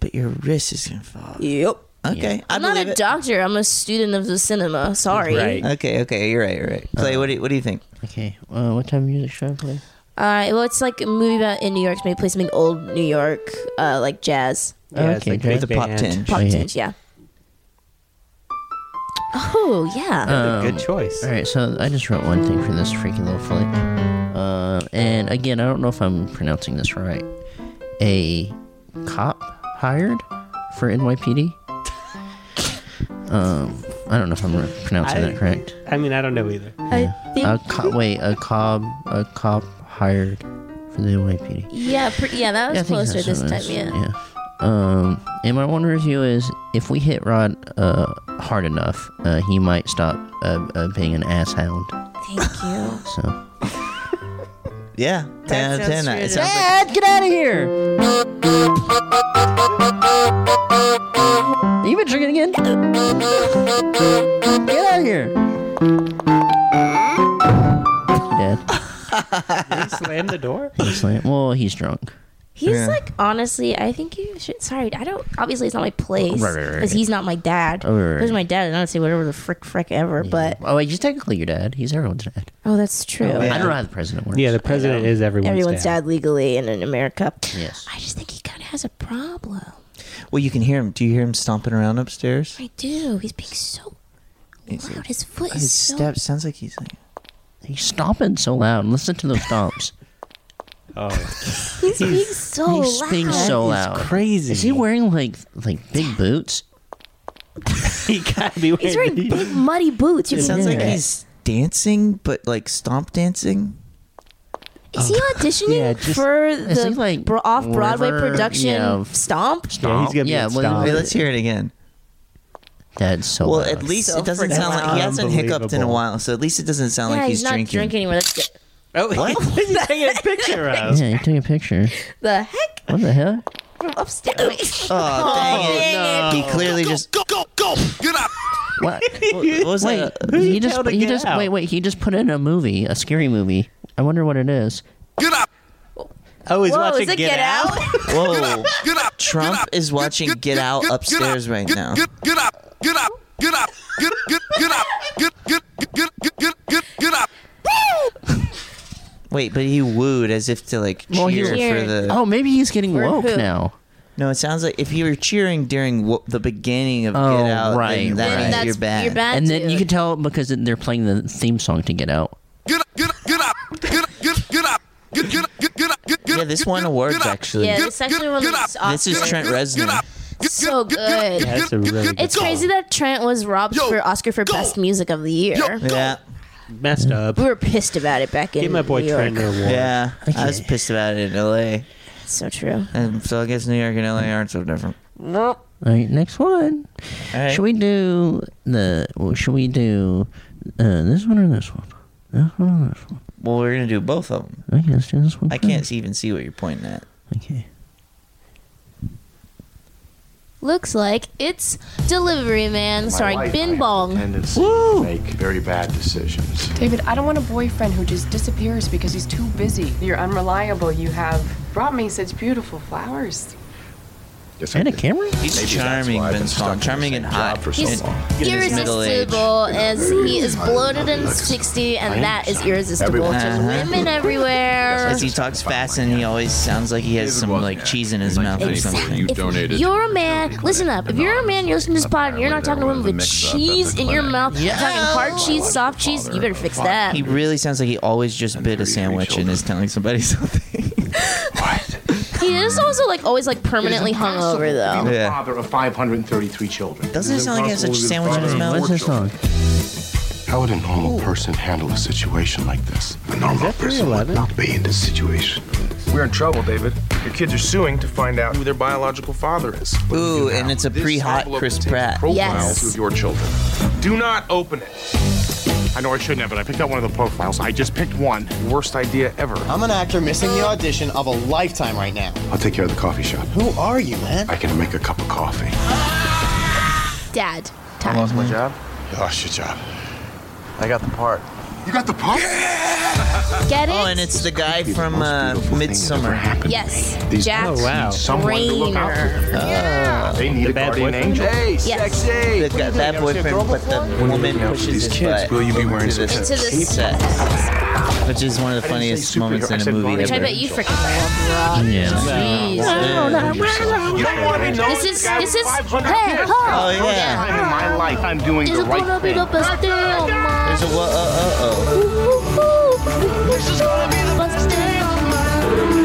[SPEAKER 2] But your wrist is gonna fall. off.
[SPEAKER 4] Yep.
[SPEAKER 2] Okay. I
[SPEAKER 4] I'm not
[SPEAKER 2] believe
[SPEAKER 4] a
[SPEAKER 2] it.
[SPEAKER 4] doctor. I'm a student of the cinema. Sorry.
[SPEAKER 2] Okay. Okay. You're right. You're right. Clay, what do you, what do you think?
[SPEAKER 3] Okay. Uh, what type of music should I play?
[SPEAKER 4] Uh, well, it's like a movie about in New York. Maybe play something old New York, uh, like jazz.
[SPEAKER 3] Yeah, it's Okay, like great.
[SPEAKER 2] the pop
[SPEAKER 3] band.
[SPEAKER 2] tinge.
[SPEAKER 4] Pop
[SPEAKER 3] Okay.
[SPEAKER 4] tunes, yeah. Oh yeah.
[SPEAKER 3] Um, All right, so I just wrote one thing for this freaky little flick. Uh, and again, I don't know if I'm pronouncing this right. A cop hired for NYPD? um, I don't know if I'm re- pronouncing that correct.
[SPEAKER 5] I mean, I don't know either.
[SPEAKER 4] I
[SPEAKER 3] A co- wait, a cop, a cop hired for the NYPD.
[SPEAKER 4] Yeah, pre- yeah, that was
[SPEAKER 3] Yeah, I think
[SPEAKER 4] closer
[SPEAKER 3] that's
[SPEAKER 4] this
[SPEAKER 3] what it
[SPEAKER 4] time.
[SPEAKER 3] is.
[SPEAKER 4] Yeah.
[SPEAKER 3] yeah. Um, and my one review is if we hit Rod uh, hard enough, uh, he might stop uh, uh, being an ass hound.
[SPEAKER 4] Thank you.
[SPEAKER 3] So
[SPEAKER 2] Yeah. Ten out of ten. It sounds like
[SPEAKER 3] Dad, get out of here! you been drinking again? Get out of here! Dad.
[SPEAKER 5] Did he slam the door?
[SPEAKER 3] He slam- well, he's drunk.
[SPEAKER 4] He's
[SPEAKER 3] Yeah.
[SPEAKER 4] like honestly, I think you should. Sorry, I don't. Obviously, it's not my place
[SPEAKER 3] Right,
[SPEAKER 4] because
[SPEAKER 3] right, right,
[SPEAKER 4] he's not my dad.
[SPEAKER 3] Oh, right, right,
[SPEAKER 4] If he was my dad, and I'd say whatever the frick frick ever. But
[SPEAKER 3] Oh, wait, he's technically your dad. He's everyone's dad.
[SPEAKER 4] oh, that's true.
[SPEAKER 3] Oh, I don't know how the president works.
[SPEAKER 5] Yeah, the president is everyone's,
[SPEAKER 4] Everyone's dad. legally in, in America.
[SPEAKER 3] Yes.
[SPEAKER 4] I just think he kind of has a problem.
[SPEAKER 2] Well, you can hear him. Do you hear him stomping around upstairs?
[SPEAKER 4] I do. He's being so
[SPEAKER 2] He's-
[SPEAKER 4] loud. His foot
[SPEAKER 2] His
[SPEAKER 4] is so
[SPEAKER 2] step sounds like he's like.
[SPEAKER 3] He's stomping so loud. Listen to those stomps.
[SPEAKER 5] oh.
[SPEAKER 4] He's, being
[SPEAKER 2] Oh,
[SPEAKER 4] so
[SPEAKER 3] he's
[SPEAKER 4] loud.
[SPEAKER 3] being so loud.
[SPEAKER 5] crazy.
[SPEAKER 3] Is he wearing like like big boots?
[SPEAKER 5] he gotta be
[SPEAKER 4] He's wearing big muddy boots.
[SPEAKER 2] It
[SPEAKER 4] You can
[SPEAKER 2] sounds
[SPEAKER 4] hear
[SPEAKER 2] like
[SPEAKER 4] it.
[SPEAKER 2] he's dancing, but like stomp dancing.
[SPEAKER 4] Is he auditioning
[SPEAKER 2] Yeah, just-
[SPEAKER 4] for
[SPEAKER 2] Is
[SPEAKER 4] the
[SPEAKER 2] he, like,
[SPEAKER 4] bro- off-Broadway
[SPEAKER 2] whatever,
[SPEAKER 4] production
[SPEAKER 2] yeah,
[SPEAKER 4] Stomp?
[SPEAKER 2] Oh, yeah, well, wait, let's hear it again.
[SPEAKER 3] That's so.
[SPEAKER 2] well,
[SPEAKER 3] loud.
[SPEAKER 2] at least
[SPEAKER 4] So
[SPEAKER 2] it doesn't
[SPEAKER 4] freaking
[SPEAKER 2] sound like he
[SPEAKER 4] loud.
[SPEAKER 2] hasn't hiccuped in a
[SPEAKER 4] Unbelievable.
[SPEAKER 2] while. So at least it doesn't sound
[SPEAKER 4] yeah,
[SPEAKER 2] like
[SPEAKER 4] he's,
[SPEAKER 2] he's,
[SPEAKER 4] not
[SPEAKER 2] drinking.
[SPEAKER 4] drinking anymore. That's good.
[SPEAKER 5] Oh, what? he's taking a picture of.
[SPEAKER 3] Yeah, he took a picture.
[SPEAKER 4] The heck
[SPEAKER 3] What the hell?
[SPEAKER 4] from upstairs? Oh,
[SPEAKER 2] dang it. He clearly just go go go get up.
[SPEAKER 3] What?
[SPEAKER 2] What was
[SPEAKER 3] wait,
[SPEAKER 2] that?
[SPEAKER 3] he just he just wait wait he just put in a movie, a scary movie. I wonder what it is.
[SPEAKER 5] Oh, he's
[SPEAKER 4] Whoa,
[SPEAKER 5] watching
[SPEAKER 4] is it
[SPEAKER 5] Get,
[SPEAKER 4] Get
[SPEAKER 5] Out.
[SPEAKER 2] Whoa! Trump is watching Get, Out upstairs right now.
[SPEAKER 23] Get up, get up, get up, get get get up, get get get get get get get up.
[SPEAKER 2] Wait, but he wooed as if to like
[SPEAKER 3] Well, he-
[SPEAKER 2] cheer for the.
[SPEAKER 3] oh, maybe he's getting
[SPEAKER 2] For
[SPEAKER 3] woke
[SPEAKER 2] who?
[SPEAKER 3] now.
[SPEAKER 2] No, it sounds like if you were cheering during wo- the beginning of
[SPEAKER 3] Oh,
[SPEAKER 2] Get Out,
[SPEAKER 3] right,
[SPEAKER 2] then that
[SPEAKER 3] right.
[SPEAKER 2] means
[SPEAKER 3] That's-
[SPEAKER 2] you're bad.
[SPEAKER 4] you're bad.
[SPEAKER 3] and then you can tell because they're playing the theme song to Get Out.
[SPEAKER 23] Get up, get up, get up, get up, get get up. Get get get get up. Get
[SPEAKER 2] Yeah, this won awards actually.
[SPEAKER 4] Yeah, this actually one was
[SPEAKER 2] This is Trent Reznor.
[SPEAKER 4] so good.
[SPEAKER 2] That's a really
[SPEAKER 4] It's crazy that Trent was robbed for Oscar for Best Music of the Year.
[SPEAKER 2] Yeah.
[SPEAKER 5] Messed up.
[SPEAKER 4] We were pissed about it back in
[SPEAKER 2] Give my boy
[SPEAKER 4] New York.
[SPEAKER 2] Trent an award. Yeah, I was pissed about it in L.A.
[SPEAKER 4] So true.
[SPEAKER 2] And so I guess New York and L.A. aren't so different.
[SPEAKER 4] Nope.
[SPEAKER 3] All right, next one.
[SPEAKER 2] right.
[SPEAKER 3] Should we do the? well, Should we do uh, this one or this one? This one or this one?
[SPEAKER 2] Well, we're gonna do both of them.
[SPEAKER 3] Okay, let's do this one.
[SPEAKER 2] I can't even see what you're pointing at.
[SPEAKER 3] Okay.
[SPEAKER 4] Looks like it's Delivery Man. Sorry,
[SPEAKER 16] wife, I
[SPEAKER 4] Bin
[SPEAKER 16] have
[SPEAKER 4] Bong.
[SPEAKER 16] Tendency to make very bad decisions.
[SPEAKER 9] David, I don't want a boyfriend who just disappears because he's too busy. You're unreliable. You have brought me such beautiful flowers.
[SPEAKER 3] and a camera?
[SPEAKER 2] He's charming, Ben Stone. Charming and hot. For
[SPEAKER 4] He's irresistible as he is bloated and 60, and that is irresistible to
[SPEAKER 2] Everyone.
[SPEAKER 4] women everywhere.
[SPEAKER 2] As he talks fast and he always sounds like he has some like cheese in his mouth or something.
[SPEAKER 4] If You're a man. Listen up. If you're a man, you listen to this pod, and you're not talking to women with cheese in your mouth. You're talking hard cheese, soft cheese. You better fix that.
[SPEAKER 2] He really sounds like he always just bit a sandwich and is telling somebody something.
[SPEAKER 4] He is also like always like permanently hungover though.
[SPEAKER 16] I'm the father of 533 children.
[SPEAKER 2] Doesn't it sound like he has such a sandwich in his mouth?
[SPEAKER 3] What's this song?
[SPEAKER 16] How would a normal person handle a situation like this? A normal person would not be in this situation.
[SPEAKER 24] We're in trouble, David. Your kids are suing to find out who their biological father is.
[SPEAKER 2] Ooh, and it's a pre-hot Chris Pratt.
[SPEAKER 24] Profiles of your children. Do not open it. I know I shouldn't have, but I picked out one of the profiles. I just picked one. Worst idea ever.
[SPEAKER 25] I'm an actor missing the audition of a lifetime right now.
[SPEAKER 16] I'll take care of the coffee shop.
[SPEAKER 25] Who are you, man?
[SPEAKER 16] I can make a cup of coffee.
[SPEAKER 4] Dad.
[SPEAKER 16] I lost my job. You lost your job. I got the part. You got the part?
[SPEAKER 4] Get it?
[SPEAKER 2] Oh, and it's the guy from uh, Midsummer.
[SPEAKER 4] Yes.
[SPEAKER 2] These-
[SPEAKER 4] Jack
[SPEAKER 2] Oh, wow.
[SPEAKER 4] Rainer.
[SPEAKER 24] Ah.
[SPEAKER 16] They need a guardian angel.
[SPEAKER 4] Yes.
[SPEAKER 2] The guy, bad boyfriend, but the woman pushes his butt. Will you be wearing into this
[SPEAKER 4] Into this-
[SPEAKER 2] set? Which is one of the funniest moments in a movie
[SPEAKER 4] Which I
[SPEAKER 2] ever.
[SPEAKER 4] bet you freaking love, Rob.
[SPEAKER 2] Yeah.
[SPEAKER 4] Jeez.
[SPEAKER 2] Wow.
[SPEAKER 24] You don't want to know
[SPEAKER 4] This is this is hey
[SPEAKER 24] kids.
[SPEAKER 2] Oh,
[SPEAKER 4] ho.
[SPEAKER 24] First time in my life, I'm doing
[SPEAKER 4] It's
[SPEAKER 24] the right
[SPEAKER 4] gonna be
[SPEAKER 24] thing.
[SPEAKER 4] the best day of oh, my
[SPEAKER 2] There's a whoa, uh, uh, oh.
[SPEAKER 4] This is gonna be the best day of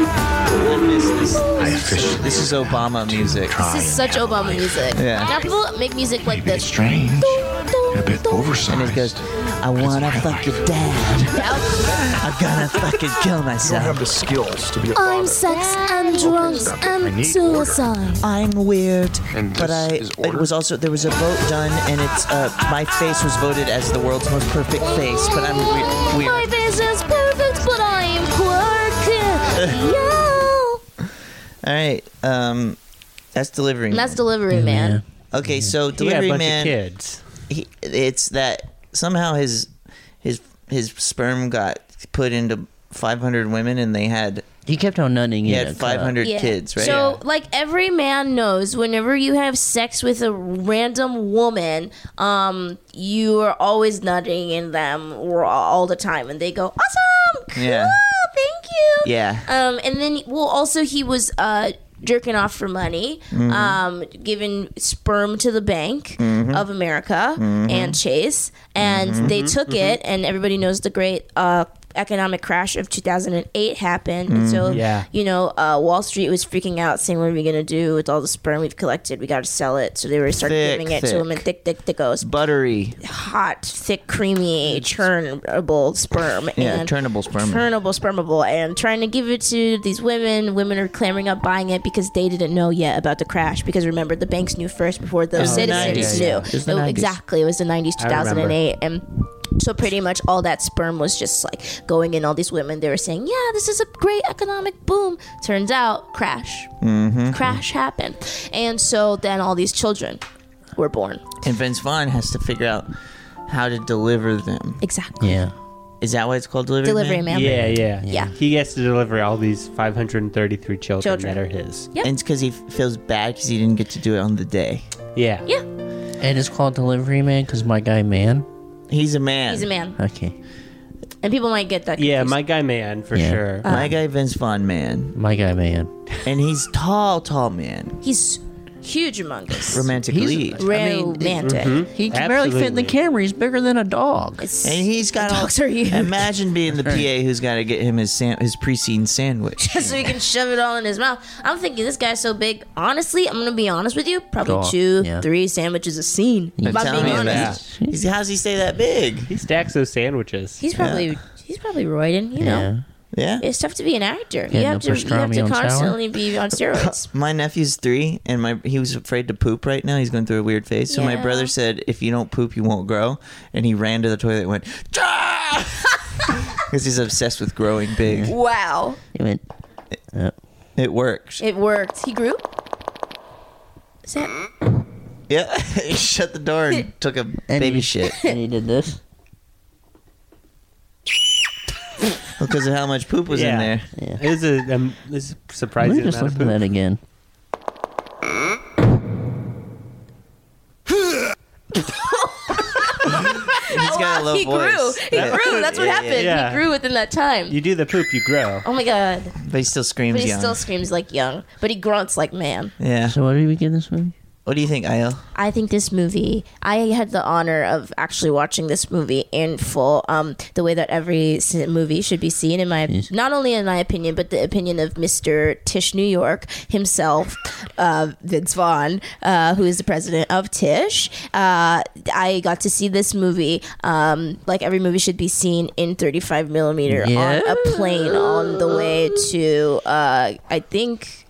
[SPEAKER 4] my
[SPEAKER 2] I miss this. This is Obama music.
[SPEAKER 4] This is such Obama music.
[SPEAKER 2] Yeah.
[SPEAKER 4] Now people make music like this.
[SPEAKER 16] Strange. A bit oversized.
[SPEAKER 2] And he goes, I wanna fuck your dad. I'm gonna fucking kill myself.
[SPEAKER 24] have the skills to be a
[SPEAKER 4] I'm sex and drugs and suicide.
[SPEAKER 2] I'm weird,
[SPEAKER 24] And
[SPEAKER 2] but I. It was also there was a vote done, and it's uh, my face was voted as the world's most perfect face, but I'm we- weird.
[SPEAKER 4] Oh, My face is perfect, but I'm quirky. yeah.
[SPEAKER 2] All right, um, that's delivery.
[SPEAKER 4] And
[SPEAKER 2] Man.
[SPEAKER 4] that's delivery man.
[SPEAKER 2] Okay, so
[SPEAKER 5] He had a
[SPEAKER 2] delivery
[SPEAKER 5] bunch of
[SPEAKER 2] man.
[SPEAKER 5] kids.
[SPEAKER 2] He, it's that somehow his his his sperm got put into 500 women and they had.
[SPEAKER 3] He kept on nutting.
[SPEAKER 2] He
[SPEAKER 3] it
[SPEAKER 2] had
[SPEAKER 3] up.
[SPEAKER 2] 500 kids, right?
[SPEAKER 4] So, like every man knows, whenever you have sex with a random woman, um, you are always nutting in them or all the time, and they go awesome.
[SPEAKER 2] Yeah.
[SPEAKER 4] Thank you.
[SPEAKER 2] Yeah.
[SPEAKER 4] Um, and then well, also he was uh jerking off for money,
[SPEAKER 2] Mhm.
[SPEAKER 4] um, giving sperm to the Bank
[SPEAKER 2] Mhm.
[SPEAKER 4] of America
[SPEAKER 2] Mhm.
[SPEAKER 4] and Chase, and they
[SPEAKER 2] Mhm.
[SPEAKER 4] took it, and everybody knows the great uh. Economic crash of 2008 happened, and so
[SPEAKER 2] Mhm. Yeah.
[SPEAKER 4] you know, uh, Wall Street was freaking out, saying, "What are we gonna do with all the sperm we've collected? We gotta sell it." So they were starting
[SPEAKER 2] Thick,
[SPEAKER 4] giving it to women, thick, thick, thick, oh,
[SPEAKER 2] Buttery.
[SPEAKER 4] hot, thick, creamy, churnable sperm,
[SPEAKER 2] Yeah,
[SPEAKER 4] and
[SPEAKER 2] turnable sperm.
[SPEAKER 4] turnable spermable, and trying to give it to these women. Women are clamoring up buying it because they didn't know yet about the crash. Because remember, the banks knew first before the
[SPEAKER 2] It was the
[SPEAKER 4] citizens
[SPEAKER 2] 90s.
[SPEAKER 4] knew.
[SPEAKER 2] Yeah, Oh, it was the
[SPEAKER 4] Oh,
[SPEAKER 2] 90s.
[SPEAKER 4] exactly, it was the '90s,
[SPEAKER 2] I remember.
[SPEAKER 4] 2008, and. So pretty much all that sperm was just like going in all these women. They were saying, "Yeah, this is a great economic boom." Turns out, crash,
[SPEAKER 2] Mm-hmm.
[SPEAKER 4] crash happened, and so then all these children were born.
[SPEAKER 2] And Vince Vaughn has to figure out how to deliver them.
[SPEAKER 4] Exactly.
[SPEAKER 2] Yeah. Is that why it's called delivery?
[SPEAKER 4] Delivery Man?
[SPEAKER 5] Yeah, yeah,
[SPEAKER 4] Yeah.
[SPEAKER 5] He gets to deliver all these 533 children,
[SPEAKER 4] Children.
[SPEAKER 5] that are his.
[SPEAKER 4] Yep.
[SPEAKER 2] And it's because he f- feels bad because he didn't get to do it on the day.
[SPEAKER 5] Yeah.
[SPEAKER 4] Yeah.
[SPEAKER 3] And it's called Delivery Man because my guy man.
[SPEAKER 2] He's a man.
[SPEAKER 4] He's a man,
[SPEAKER 3] Okay.
[SPEAKER 4] and people might get that.
[SPEAKER 5] Yeah,
[SPEAKER 4] confused.
[SPEAKER 5] my guy man for
[SPEAKER 3] Yeah.
[SPEAKER 5] sure.
[SPEAKER 4] Uh,
[SPEAKER 2] My guy Vince Vaughn man.
[SPEAKER 3] My guy man.
[SPEAKER 2] And he's tall, tall man.
[SPEAKER 4] He's huge among us.
[SPEAKER 2] Romantic lead.
[SPEAKER 4] Romantic.
[SPEAKER 3] He can barely fit in the camera. He's bigger than a dog.
[SPEAKER 2] mm-hmm. And he's got all.
[SPEAKER 4] Dogs are huge.
[SPEAKER 2] Imagine being the PA who's got to get him his san- his pre-scene sandwich.
[SPEAKER 4] so he can shove it all in his mouth. I'm thinking this guy's so big. Honestly, I'm gonna be honest with you. Probably
[SPEAKER 2] Go on.
[SPEAKER 4] two,
[SPEAKER 2] Yeah.
[SPEAKER 4] three sandwiches a scene.
[SPEAKER 5] Yeah.
[SPEAKER 4] If I'm
[SPEAKER 5] Tell
[SPEAKER 4] being
[SPEAKER 5] me
[SPEAKER 4] honest.
[SPEAKER 5] that.
[SPEAKER 2] He's, how's he stay that big?
[SPEAKER 5] He stacks those sandwiches.
[SPEAKER 4] He's probably he's probably roiding. You know,
[SPEAKER 2] Yeah.
[SPEAKER 4] it's tough to be an actor.
[SPEAKER 2] Getting
[SPEAKER 4] you have
[SPEAKER 2] the
[SPEAKER 4] to you have
[SPEAKER 2] pastrami
[SPEAKER 4] to
[SPEAKER 2] on sour?
[SPEAKER 4] constantly be on steroids.
[SPEAKER 2] My nephew's three, and my he was afraid to poop right now. He's going through a weird phase. So my
[SPEAKER 4] Yeah.
[SPEAKER 2] brother said, "If you don't poop, you won't grow." And he ran to the toilet and went, because he's obsessed with growing big.
[SPEAKER 4] wow,
[SPEAKER 3] He went. Yep.
[SPEAKER 2] It worked.
[SPEAKER 4] it worked. He grew. Is that?
[SPEAKER 2] Yeah, he shut the door and took a baby shit
[SPEAKER 3] And he did this.
[SPEAKER 2] because of how much poop was in
[SPEAKER 5] Yeah.
[SPEAKER 2] there.
[SPEAKER 5] It is a, um, it's a
[SPEAKER 3] Let me
[SPEAKER 5] surprising
[SPEAKER 3] just
[SPEAKER 5] amount of
[SPEAKER 3] listen to
[SPEAKER 5] poop.
[SPEAKER 3] that again.
[SPEAKER 2] He's got a low
[SPEAKER 4] he grew.
[SPEAKER 2] voice.
[SPEAKER 4] He
[SPEAKER 2] Yeah.
[SPEAKER 4] grew. That's what
[SPEAKER 2] Yeah, yeah,
[SPEAKER 4] happened.
[SPEAKER 2] yeah.
[SPEAKER 4] He grew within that time.
[SPEAKER 5] You do the poop, you grow.
[SPEAKER 4] Oh my god.
[SPEAKER 2] But he still screams
[SPEAKER 4] But he
[SPEAKER 2] young.
[SPEAKER 4] still screams like young. But he grunts like man.
[SPEAKER 2] yeah.
[SPEAKER 3] So what did we give this movie?
[SPEAKER 2] What do you think, Ayo?
[SPEAKER 4] I think this movie. I had the honor of actually watching this movie in full. Um, the way that every s- movie should be seen, in my not only in my opinion, but the opinion of Mister Tish New York himself, uh, Vince Vaughn, uh, who is the president of Tish. Uh, I got to see this movie. Um, like every movie should be seen in 35 millimeter on
[SPEAKER 2] Yeah.
[SPEAKER 4] a plane on the way to. Uh, I think.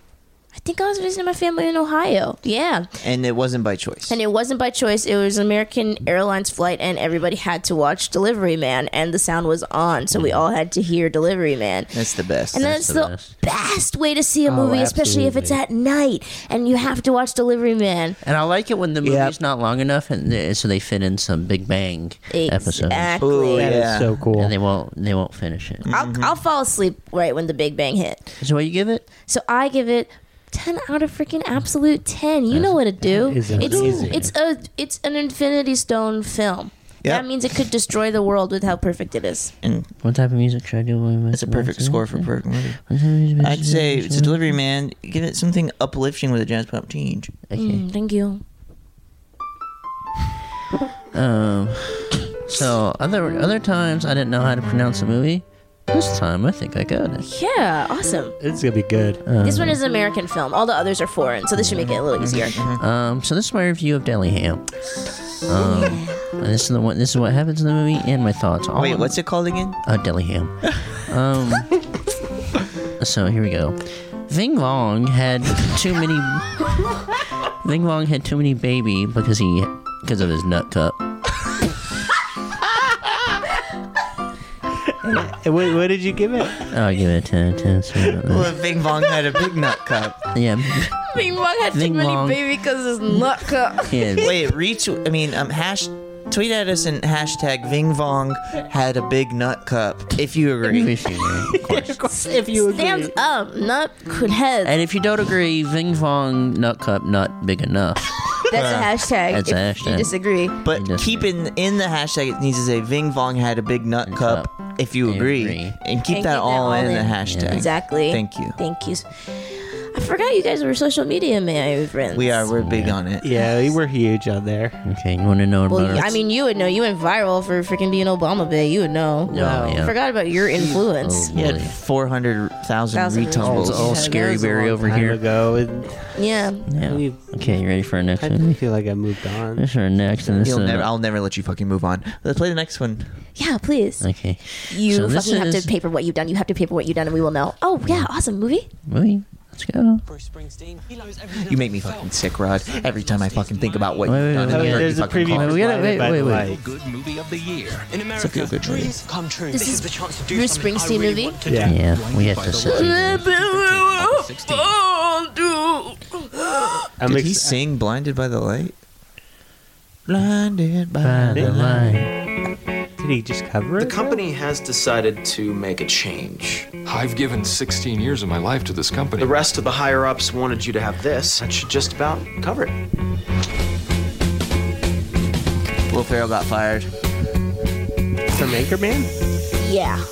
[SPEAKER 4] I think I was visiting my family in Ohio. Yeah.
[SPEAKER 2] And it wasn't by choice.
[SPEAKER 4] And it wasn't by choice. It was an American Airlines flight, and everybody had to watch Delivery Man, and the sound was on, so we all had to hear Delivery Man.
[SPEAKER 2] That's the best.
[SPEAKER 4] And that's, the, best. way to see a
[SPEAKER 3] Oh,
[SPEAKER 4] movie, especially if it's at night and you have to watch Delivery Man.
[SPEAKER 3] And I like it when the movie's not long enough, and they, so they fit in some Big Bang episodes.
[SPEAKER 4] Exactly. Ooh, That is yeah. Mm-hmm.
[SPEAKER 5] so cool.
[SPEAKER 3] And they won't. They won't finish
[SPEAKER 2] Mm.
[SPEAKER 3] it.
[SPEAKER 4] I'll, I'll fall asleep right when the Big Bang hit.
[SPEAKER 3] So what you give it?
[SPEAKER 4] So I give it. 10 out of freaking absolute 10. You know what to do.
[SPEAKER 3] that is
[SPEAKER 4] It's
[SPEAKER 3] amazing.
[SPEAKER 4] it's a it's an Infinity Stone film.
[SPEAKER 3] Yep.
[SPEAKER 4] That means it could destroy the world with how perfect it is.
[SPEAKER 2] And
[SPEAKER 3] what type of music should I do? It's
[SPEAKER 2] a perfect score for a perfect movie. I'd say it's a delivery man. Give it something uplifting with a jazz pop change.
[SPEAKER 4] Mm, thank you.
[SPEAKER 3] Um. So other other times I didn't know how to pronounce a movie. This time I think I got it.
[SPEAKER 4] Yeah, awesome.
[SPEAKER 5] It's gonna be good.
[SPEAKER 4] This
[SPEAKER 2] Um,
[SPEAKER 4] one is an American film. All the others are foreign, so this should make it a little easier.
[SPEAKER 2] Mm-hmm.
[SPEAKER 3] Um, so this is my review of Deli Ham. Um, and this is the one. This is what happens in the movie and my thoughts. All
[SPEAKER 2] Wait,
[SPEAKER 3] in-
[SPEAKER 2] what's it called again?
[SPEAKER 3] Uh, Deli Ham. Um, so here we go. Ving Vong had too many. Ving Vong had too many baby because he because of his nut cup.
[SPEAKER 5] What, what did you give it?
[SPEAKER 3] Oh, I give it a ten. Ten. Sorry about that.
[SPEAKER 2] Well, Bing Bong had a big nut cup.
[SPEAKER 3] Yeah.
[SPEAKER 4] Bing Bong had
[SPEAKER 2] Bing
[SPEAKER 4] too many
[SPEAKER 2] Bong.
[SPEAKER 4] baby because his nut cup.
[SPEAKER 2] Wait, reach. I mean, um, hash Tweet at us and hashtag Vingvong had a big nut cup if you agree.
[SPEAKER 4] if you agree. Stands up, not could head.
[SPEAKER 3] And if you don't agree, Ving Fong Nut Cup not big enough.
[SPEAKER 2] uh,
[SPEAKER 4] That's a hashtag.
[SPEAKER 3] That's a
[SPEAKER 4] if You
[SPEAKER 3] hashtag.
[SPEAKER 4] disagree.
[SPEAKER 2] But keep in in the hashtag it needs to say Ving Vong had a big nut cup if you agree. And keep
[SPEAKER 4] And
[SPEAKER 2] that all in, the
[SPEAKER 4] in.
[SPEAKER 2] hashtag.
[SPEAKER 4] Exactly.
[SPEAKER 2] Thank you.
[SPEAKER 4] Thank you. I forgot you guys were social media ma- friends.
[SPEAKER 2] We are we're big on it.
[SPEAKER 5] Yeah, we were huge on there.
[SPEAKER 3] Okay, you want to know
[SPEAKER 4] Well, I mean, you would know. You went viral for freaking being Obama Bay. You would know.
[SPEAKER 2] Wow. yeah.
[SPEAKER 4] Forgot about your influence.
[SPEAKER 2] He had four hundred thousand
[SPEAKER 4] Thousand
[SPEAKER 2] retumbles.
[SPEAKER 4] retweets. Old Scary
[SPEAKER 3] Barry over here.
[SPEAKER 5] Ago, and
[SPEAKER 4] Yeah.
[SPEAKER 3] Yeah. Okay, you ready for our next
[SPEAKER 5] I
[SPEAKER 3] one?
[SPEAKER 5] feel like I moved on.
[SPEAKER 3] This is our next, and this
[SPEAKER 2] You'll
[SPEAKER 3] is
[SPEAKER 2] never, I'll never let you fucking move on. Let's play the next one.
[SPEAKER 4] Yeah, please.
[SPEAKER 3] okay.
[SPEAKER 4] You
[SPEAKER 3] So this
[SPEAKER 4] fucking have
[SPEAKER 3] is-
[SPEAKER 4] to paper what you've done. You have to paper what you've done, and we will know. Oh yeah, awesome movie.
[SPEAKER 3] Wait, let's go.
[SPEAKER 2] You make me fucking sick, Rod. Every time I fucking think about what
[SPEAKER 3] Wait,
[SPEAKER 2] you've
[SPEAKER 3] wait,
[SPEAKER 2] done,
[SPEAKER 3] wait,
[SPEAKER 2] and
[SPEAKER 3] wait,
[SPEAKER 2] you
[SPEAKER 3] there's a
[SPEAKER 2] fucking
[SPEAKER 3] preview
[SPEAKER 2] call.
[SPEAKER 3] for Wait, wait, Blinded wait, by the wait. Light.
[SPEAKER 26] Good movie of the year. In
[SPEAKER 2] It's a
[SPEAKER 26] America,
[SPEAKER 2] feel-good movie.
[SPEAKER 26] dreams come true.
[SPEAKER 4] This is
[SPEAKER 26] the chance to
[SPEAKER 4] Bruce Springsteen movie.
[SPEAKER 3] Yeah. Yeah, we have to sit.
[SPEAKER 2] Did
[SPEAKER 5] uh,
[SPEAKER 2] he sing "Blinded by the Light"? Blinded
[SPEAKER 3] by the light.
[SPEAKER 5] Did he just cover
[SPEAKER 16] The company has decided to make a change. I've given 16 years of my life to this company. The rest of the higher ups wanted you to have this. That should just about cover it.
[SPEAKER 2] Will Ferrell got fired
[SPEAKER 5] from Anchorman.
[SPEAKER 4] Yeah.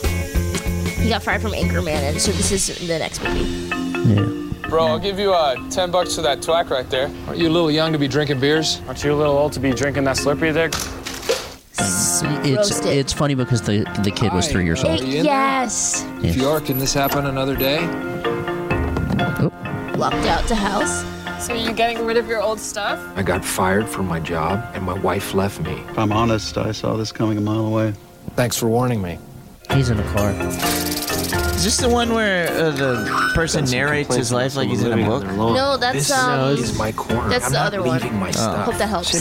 [SPEAKER 4] He got fired from Anchorman, and so this is the next movie.
[SPEAKER 27] Bro, I'll give you uh, 10 bucks for that twack right there. Aren't you a little young to be drinking beers? Aren't you a little old to be drinking that slurpee there?
[SPEAKER 3] It's
[SPEAKER 27] Roasted.
[SPEAKER 3] it's funny because the the kid was three years old.
[SPEAKER 4] yes.
[SPEAKER 27] If you are, can this happen another day?
[SPEAKER 4] Walked out to house.
[SPEAKER 9] So you're getting rid of your old stuff?
[SPEAKER 16] I got fired from my job, and my wife left me.
[SPEAKER 28] If I'm honest, I saw this coming a mile away.
[SPEAKER 16] Thanks for warning me.
[SPEAKER 3] He's in a car.
[SPEAKER 2] Is this the one where uh, the person narrates his life like he's in a book?
[SPEAKER 4] No, that's, This um, is
[SPEAKER 2] my corner.
[SPEAKER 4] That's the other one.
[SPEAKER 16] Uh-uh.
[SPEAKER 2] my stuff.
[SPEAKER 4] Hope that helps.
[SPEAKER 2] Why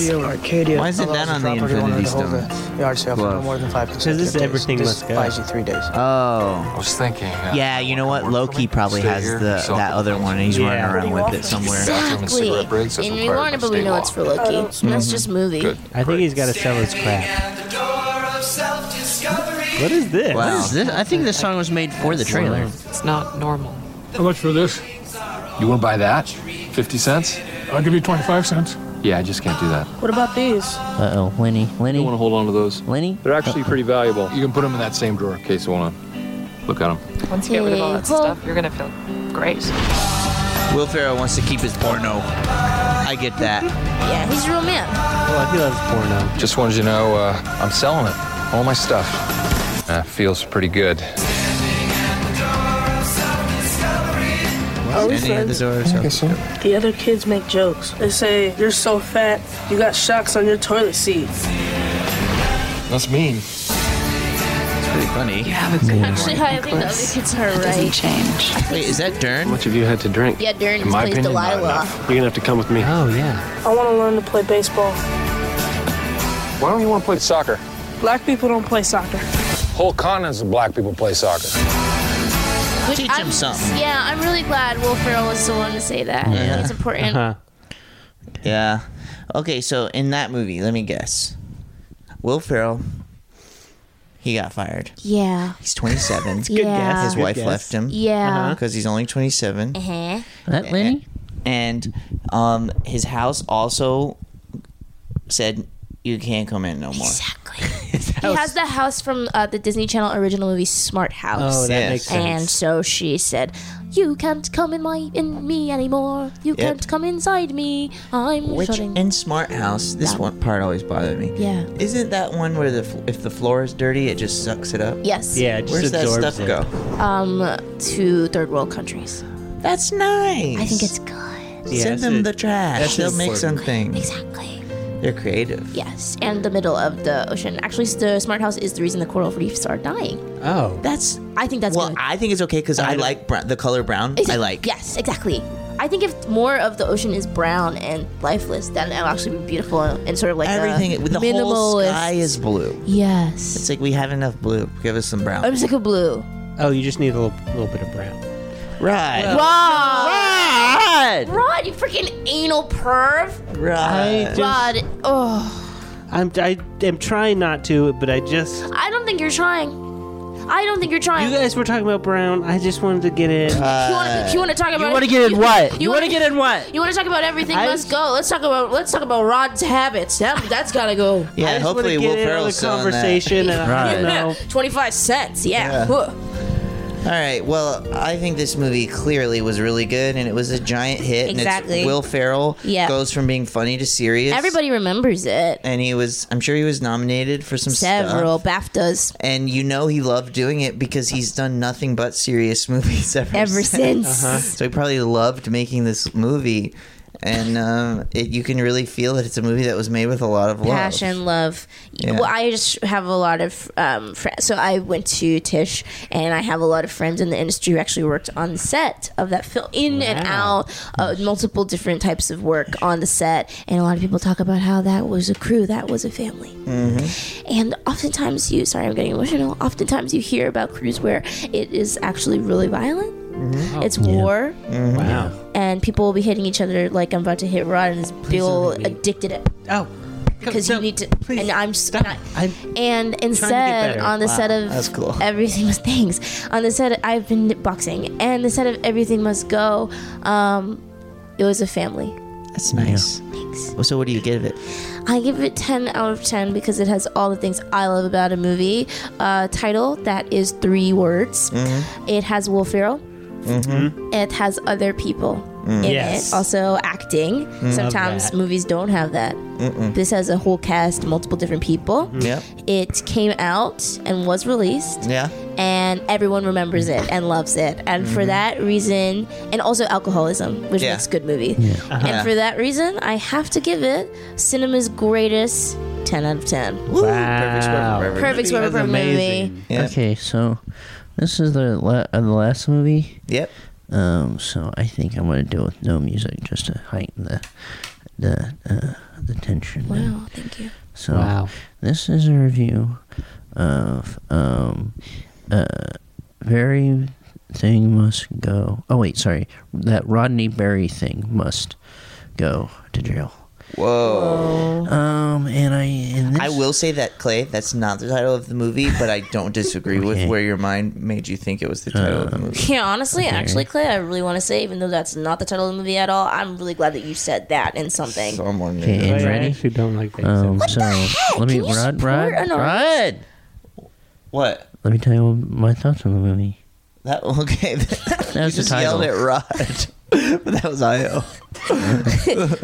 [SPEAKER 2] isn't that on the Infinity Stone?
[SPEAKER 27] Yard sale
[SPEAKER 2] for no Glove. more
[SPEAKER 27] than five
[SPEAKER 2] Because this is everything must go.
[SPEAKER 27] three days.
[SPEAKER 2] Oh.
[SPEAKER 16] I was thinking. uh,
[SPEAKER 2] Yeah, you know what? Loki probably
[SPEAKER 16] Stay
[SPEAKER 2] has
[SPEAKER 16] here,
[SPEAKER 2] the
[SPEAKER 16] sell
[SPEAKER 2] that other one, and he's
[SPEAKER 16] Yeah.
[SPEAKER 2] running around with it somewhere.
[SPEAKER 4] Exactly. And we want it, but we know it's for Loki. That's
[SPEAKER 27] Mm-hmm.
[SPEAKER 4] just movie.
[SPEAKER 5] I think he's got to sell his crap. What is this?
[SPEAKER 3] What is this? I think this song was made for the trailer.
[SPEAKER 27] It's not normal. How much for this? You want to buy that? 50 cents? I'll give you 25 cents. Yeah, I just can't do that.
[SPEAKER 9] What about these?
[SPEAKER 3] Uh oh, Lenny. Lenny. You want
[SPEAKER 27] to hold on to those?
[SPEAKER 3] Lenny.
[SPEAKER 27] They're actually pretty valuable. You can put them in that same drawer. Okay, so hold on. Look at them.
[SPEAKER 9] Once you get rid of all that stuff, you're gonna feel great.
[SPEAKER 2] Will Ferrell wants to keep his porno. I get that.
[SPEAKER 4] Yeah, he's a real man.
[SPEAKER 27] Well, he loves porno. Just wanted you to know uh, I'm selling it. All my stuff. Uh, feels pretty good.
[SPEAKER 2] Any of the doors? I
[SPEAKER 9] The other kids make jokes. They say, You're so fat, you got shocks on your toilet seat.
[SPEAKER 27] That's mean.
[SPEAKER 2] It's pretty funny.
[SPEAKER 4] Actually, I think the other kids are right.
[SPEAKER 2] Wait, is that Dern?
[SPEAKER 27] How much have you had to drink?
[SPEAKER 4] Yeah, Dern plays Delilah.
[SPEAKER 27] You're going to have to come with me. Oh, yeah.
[SPEAKER 9] I want to learn to play baseball.
[SPEAKER 27] Why don't you want to play soccer?
[SPEAKER 9] Black people don't play soccer.
[SPEAKER 27] Whole continents of black people play soccer.
[SPEAKER 4] Which
[SPEAKER 27] Teach
[SPEAKER 4] I'm,
[SPEAKER 27] him something.
[SPEAKER 4] Yeah, I'm really glad Will Ferrell was the one to say that. I think It's important.
[SPEAKER 2] Yeah. Okay, so in that movie, let me guess. Will Ferrell, he got fired.
[SPEAKER 4] Yeah.
[SPEAKER 2] He's 27.
[SPEAKER 4] It's a good Yeah. guess,
[SPEAKER 2] His
[SPEAKER 4] good
[SPEAKER 2] wife
[SPEAKER 4] guess.
[SPEAKER 2] left him.
[SPEAKER 4] Yeah.
[SPEAKER 2] Because he's only 27.
[SPEAKER 4] Uh-huh.
[SPEAKER 3] That Lenny?
[SPEAKER 2] And um, his house also said, you can't come in no more. Exactly.
[SPEAKER 4] He has the house from uh, the Disney Channel original movie Smart House.
[SPEAKER 2] Oh, that Yes. makes sense.
[SPEAKER 4] And so she said, "You can't come in my in me anymore. You
[SPEAKER 2] Yep.
[SPEAKER 4] can't come inside me. I'm
[SPEAKER 2] Which
[SPEAKER 4] shutting."
[SPEAKER 2] in Smart House, this one part always bothered me.
[SPEAKER 4] Yeah.
[SPEAKER 2] Isn't that one where the f- if the floor is dirty, it just sucks it up?
[SPEAKER 4] Yes. Yeah, it just
[SPEAKER 2] Where's that
[SPEAKER 4] absorbs
[SPEAKER 2] stuff
[SPEAKER 4] it.
[SPEAKER 2] go?
[SPEAKER 4] um, to third world countries.
[SPEAKER 2] That's nice.
[SPEAKER 4] I think it's good.
[SPEAKER 5] Yeah,
[SPEAKER 2] Send
[SPEAKER 5] that's
[SPEAKER 2] them
[SPEAKER 5] it.
[SPEAKER 2] the trash.
[SPEAKER 5] That's
[SPEAKER 2] They'll
[SPEAKER 5] it.
[SPEAKER 2] make something.
[SPEAKER 4] Exactly.
[SPEAKER 2] They're creative.
[SPEAKER 4] Yes, and the middle of the ocean. Actually, the Smart House is the reason the coral reefs are dying.
[SPEAKER 2] Oh.
[SPEAKER 4] That's. I think that's
[SPEAKER 2] well,
[SPEAKER 4] good.
[SPEAKER 2] I think it's okay because I, like br- the color brown. I like.
[SPEAKER 4] Yes, exactly. I think if more of the ocean is brown and lifeless, then it'll actually be beautiful and sort of like
[SPEAKER 2] Everything.
[SPEAKER 4] A
[SPEAKER 2] with the whole
[SPEAKER 4] minimalist-
[SPEAKER 2] sky is blue.
[SPEAKER 4] Yes.
[SPEAKER 2] It's like we have enough blue. Give us some brown.
[SPEAKER 4] I'm sick of blue.
[SPEAKER 5] Oh, you just need a little, little bit of brown.
[SPEAKER 2] Right. Ah!
[SPEAKER 4] Rod. Rod, you freaking anal perv.
[SPEAKER 2] Right.
[SPEAKER 4] Rod. Oh.
[SPEAKER 5] I'm I am trying not to, but I just
[SPEAKER 4] I don't think you're trying. I don't think you're trying.
[SPEAKER 5] you guys were talking about Brown. I just wanted to get in.
[SPEAKER 4] You wanna- you wanna talk about?
[SPEAKER 5] wanna get in what? You
[SPEAKER 4] wanna-
[SPEAKER 5] wanna get in what?
[SPEAKER 4] You want to talk about everything?
[SPEAKER 5] I
[SPEAKER 4] let's go. Let's talk about. Let's talk about Rod's habits. That that's gotta go.
[SPEAKER 5] I just wanna get in on the conversation. And I don't know.
[SPEAKER 4] Twenty-five cents. Yeah.
[SPEAKER 2] Yeah.
[SPEAKER 4] Huh.
[SPEAKER 2] All right. Well, I think this movie clearly was really good, and it was a giant hit. And
[SPEAKER 4] Exactly.
[SPEAKER 2] it's Will Ferrell
[SPEAKER 4] Yeah.
[SPEAKER 2] goes from being funny to serious.
[SPEAKER 4] Everybody remembers it.
[SPEAKER 2] and he was i'm sure he was nominated for some
[SPEAKER 4] Several
[SPEAKER 2] stuff.
[SPEAKER 4] BAFTAs
[SPEAKER 2] and you know he loved doing it because he's done nothing but serious movies ever,
[SPEAKER 4] Ever since. Uh-huh.
[SPEAKER 2] so he probably loved making this movie and um, it, you can really feel that it's a movie that was made with a lot of love
[SPEAKER 4] Passion, love.
[SPEAKER 2] Yeah.
[SPEAKER 4] Well, I just have a lot of um, friends. So I went to Tish, and I have a lot of friends in the industry who actually worked on the set of that film, in and out, uh, multiple different types of work on the set. And a lot of people talk about how that was a crew, that was a family.
[SPEAKER 2] Mm-hmm.
[SPEAKER 4] And oftentimes you, sorry, I'm getting emotional. Oftentimes you hear about crews where it is actually really violent.
[SPEAKER 2] Mm-hmm.
[SPEAKER 4] It's
[SPEAKER 2] Oh.
[SPEAKER 4] war,
[SPEAKER 5] Wow.
[SPEAKER 4] and people will be hitting each other like I'm about to hit Rod, and this Bill addicted it.
[SPEAKER 2] Um,
[SPEAKER 5] Oh.
[SPEAKER 4] Because you need to, and I'm s- and I-
[SPEAKER 5] I'm
[SPEAKER 4] and instead
[SPEAKER 2] better.
[SPEAKER 4] on the
[SPEAKER 2] Wow,
[SPEAKER 4] set of
[SPEAKER 2] that's cool.
[SPEAKER 4] everything was things on the set. I've been boxing, and the set of everything must go. Um, it was a family.
[SPEAKER 2] that's nice so what do you give it
[SPEAKER 4] I give it 10 out of 10 because it has all the things I love about a movie. Uh, title that is three words. It has Will Ferrell.
[SPEAKER 2] mm-hmm.
[SPEAKER 4] It has other people
[SPEAKER 2] Mm.
[SPEAKER 4] in
[SPEAKER 2] Yes.
[SPEAKER 4] it. Also acting.
[SPEAKER 2] Love
[SPEAKER 4] Sometimes
[SPEAKER 2] that.
[SPEAKER 4] movies don't have that.
[SPEAKER 2] Mm-mm.
[SPEAKER 4] This has a whole cast, multiple different people.
[SPEAKER 2] yep
[SPEAKER 4] It came out and was released
[SPEAKER 2] yeah
[SPEAKER 4] and everyone remembers it and loves it. And for that reason, and also alcoholism, which
[SPEAKER 2] Mm-hmm. Yeah.
[SPEAKER 4] makes a good movie.
[SPEAKER 2] Uh-huh.
[SPEAKER 4] And for that reason, I have to give it cinema's greatest 10 out of 10.
[SPEAKER 2] perfect score for everybody.
[SPEAKER 4] Perfect score for a movie.
[SPEAKER 2] Yeah.
[SPEAKER 3] Okay, so this is the la- uh, the last movie.
[SPEAKER 2] Yep.
[SPEAKER 3] Um, so I think I'm gonna do it with no music just to heighten the the uh, the tension.
[SPEAKER 4] Wow, thank you.
[SPEAKER 3] So
[SPEAKER 5] Wow.
[SPEAKER 3] this is a review of um uh very thing must go. Oh wait, sorry. That Rodney Berry thing must go to jail.
[SPEAKER 2] Whoa.
[SPEAKER 3] Um, and I and this,
[SPEAKER 2] I will say that Clay, that's not the title of the movie, but I don't disagree with where your mind made you think it was the title
[SPEAKER 3] Uh,
[SPEAKER 2] of the movie.
[SPEAKER 4] Yeah, honestly,
[SPEAKER 2] Okay.
[SPEAKER 4] actually, Clay, I really want to say, even though that's not the title of the movie at all, I'm really glad that you said that in something.
[SPEAKER 2] Someone
[SPEAKER 3] Okay,
[SPEAKER 2] knew.
[SPEAKER 3] and
[SPEAKER 5] I
[SPEAKER 3] ready?
[SPEAKER 5] actually don't like that.
[SPEAKER 3] Um, so let me Rod Rod
[SPEAKER 4] an
[SPEAKER 3] Rod.
[SPEAKER 2] What?
[SPEAKER 3] Let me tell you my thoughts on the movie.
[SPEAKER 2] That okay. you
[SPEAKER 3] the
[SPEAKER 2] just yelled at
[SPEAKER 3] title.
[SPEAKER 2] Rod. but that was Io.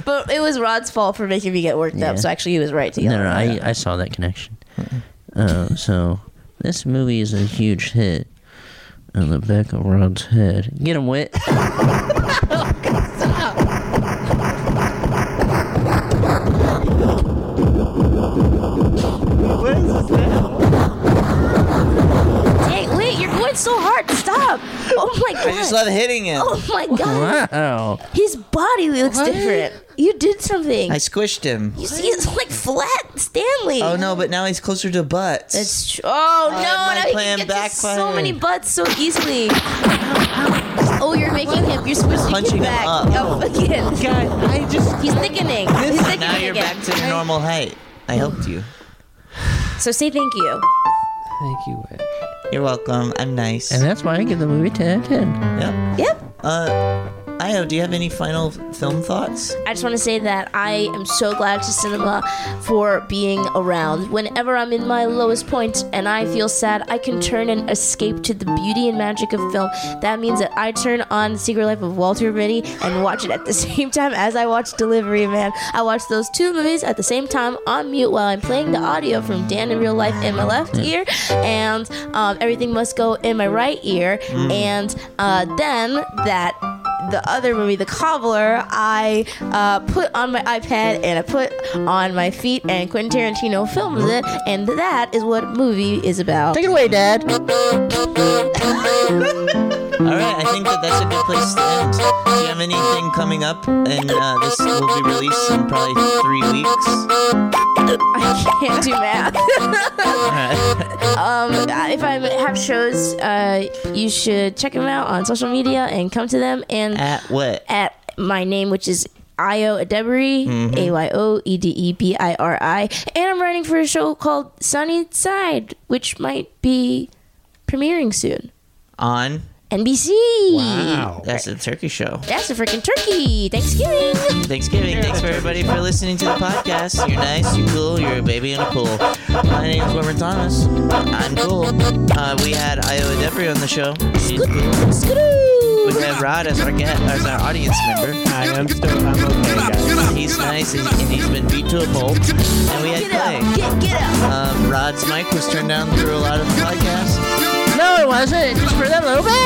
[SPEAKER 4] but it was Rod's fault for making me get worked up,
[SPEAKER 3] Yeah.
[SPEAKER 4] so actually, he was right to yell.
[SPEAKER 3] No, no, I, I saw that connection. Uh, so this movie is a huge hit on the back of Rod's head. Get him wet.
[SPEAKER 4] Dang, wait, you're going so hard. Stop. Oh my god.
[SPEAKER 2] I just love hitting him.
[SPEAKER 4] Oh my god.
[SPEAKER 3] Wow.
[SPEAKER 4] His body looks
[SPEAKER 2] What?
[SPEAKER 4] different. You did something.
[SPEAKER 2] I squished him.
[SPEAKER 4] you see, it's like flat Stanley.
[SPEAKER 2] Oh no, but now he's closer to butts.
[SPEAKER 4] That's tr- oh no!
[SPEAKER 2] my
[SPEAKER 4] now he
[SPEAKER 2] plan
[SPEAKER 4] can get to so
[SPEAKER 2] backfired.
[SPEAKER 4] many butts so easily. Oh, you're making him. You're squishing
[SPEAKER 2] Punching him
[SPEAKER 4] him back.
[SPEAKER 2] up.
[SPEAKER 4] Oh, again.
[SPEAKER 5] God, I just
[SPEAKER 4] He's thickening. He's thickening
[SPEAKER 2] now you're
[SPEAKER 4] again.
[SPEAKER 2] back to your normal height. I helped you.
[SPEAKER 4] So say thank you.
[SPEAKER 5] Thank you. Ed.
[SPEAKER 2] You're welcome. I'm nice.
[SPEAKER 3] And that's why I give the movie 10 out of 10.
[SPEAKER 2] Yep.
[SPEAKER 4] Yep.
[SPEAKER 2] Uh, Io, do you have any final film thoughts?
[SPEAKER 4] I just want to say that I am so glad to cinema for being around. Whenever I'm in my lowest point and I feel sad, I can turn and escape to the beauty and magic of film. That means that I turn on The Secret Life of Walter Mitty and watch it at the same time as I watch Delivery Man. I watch those two movies at the same time on mute while I'm playing the audio from Dan in Real Life in my left ear and um, Everything Must Go in my right ear. And uh, then that the other movie, The Cobbler, I uh, put on my iPad and I put on my feet, and Quentin Tarantino films it, and that is what movie is about. Take it away, Dad.
[SPEAKER 2] All right, I think that that's a good place to end. Do you have anything coming up? And uh, this will be released in probably three weeks.
[SPEAKER 4] I can't do math.
[SPEAKER 2] All right.
[SPEAKER 4] um, if I have shows, uh, you Uh. should check them out on social media and come to them. And
[SPEAKER 2] At what?
[SPEAKER 4] at my name, which is Ayo Adebri,
[SPEAKER 2] Mhm.
[SPEAKER 4] A Y O E D E B I R I, and I'm writing for a show called Sunny Side, which might be premiering soon.
[SPEAKER 2] on.
[SPEAKER 4] NBC.
[SPEAKER 2] That's a turkey show.
[SPEAKER 4] That's a freaking turkey. Thanksgiving.
[SPEAKER 2] Thanksgiving. Thanks for everybody for listening to the podcast. You're nice, you're cool, you're a baby in a pool. My name is Wilmer Thomas. I'm cool. Uh, we had Iowa Debris on the show. She's cool. We have Rod as our guest, as our audience member. I am still, I'm okay, guys. He's nice, and, and he's been beat to a pulp. And we had Clay. Get, get up. Um, Rod's mic was turned down through a lot of the podcast.
[SPEAKER 3] No, it wasn't. Just for that little bit.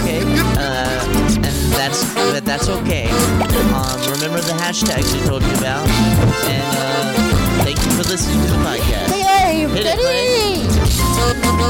[SPEAKER 2] Okay, uh, and that's but that's okay. Um, remember the hashtags we told you about, and uh, thank you for listening to the podcast.
[SPEAKER 4] Hey,
[SPEAKER 2] Hit it, Clay.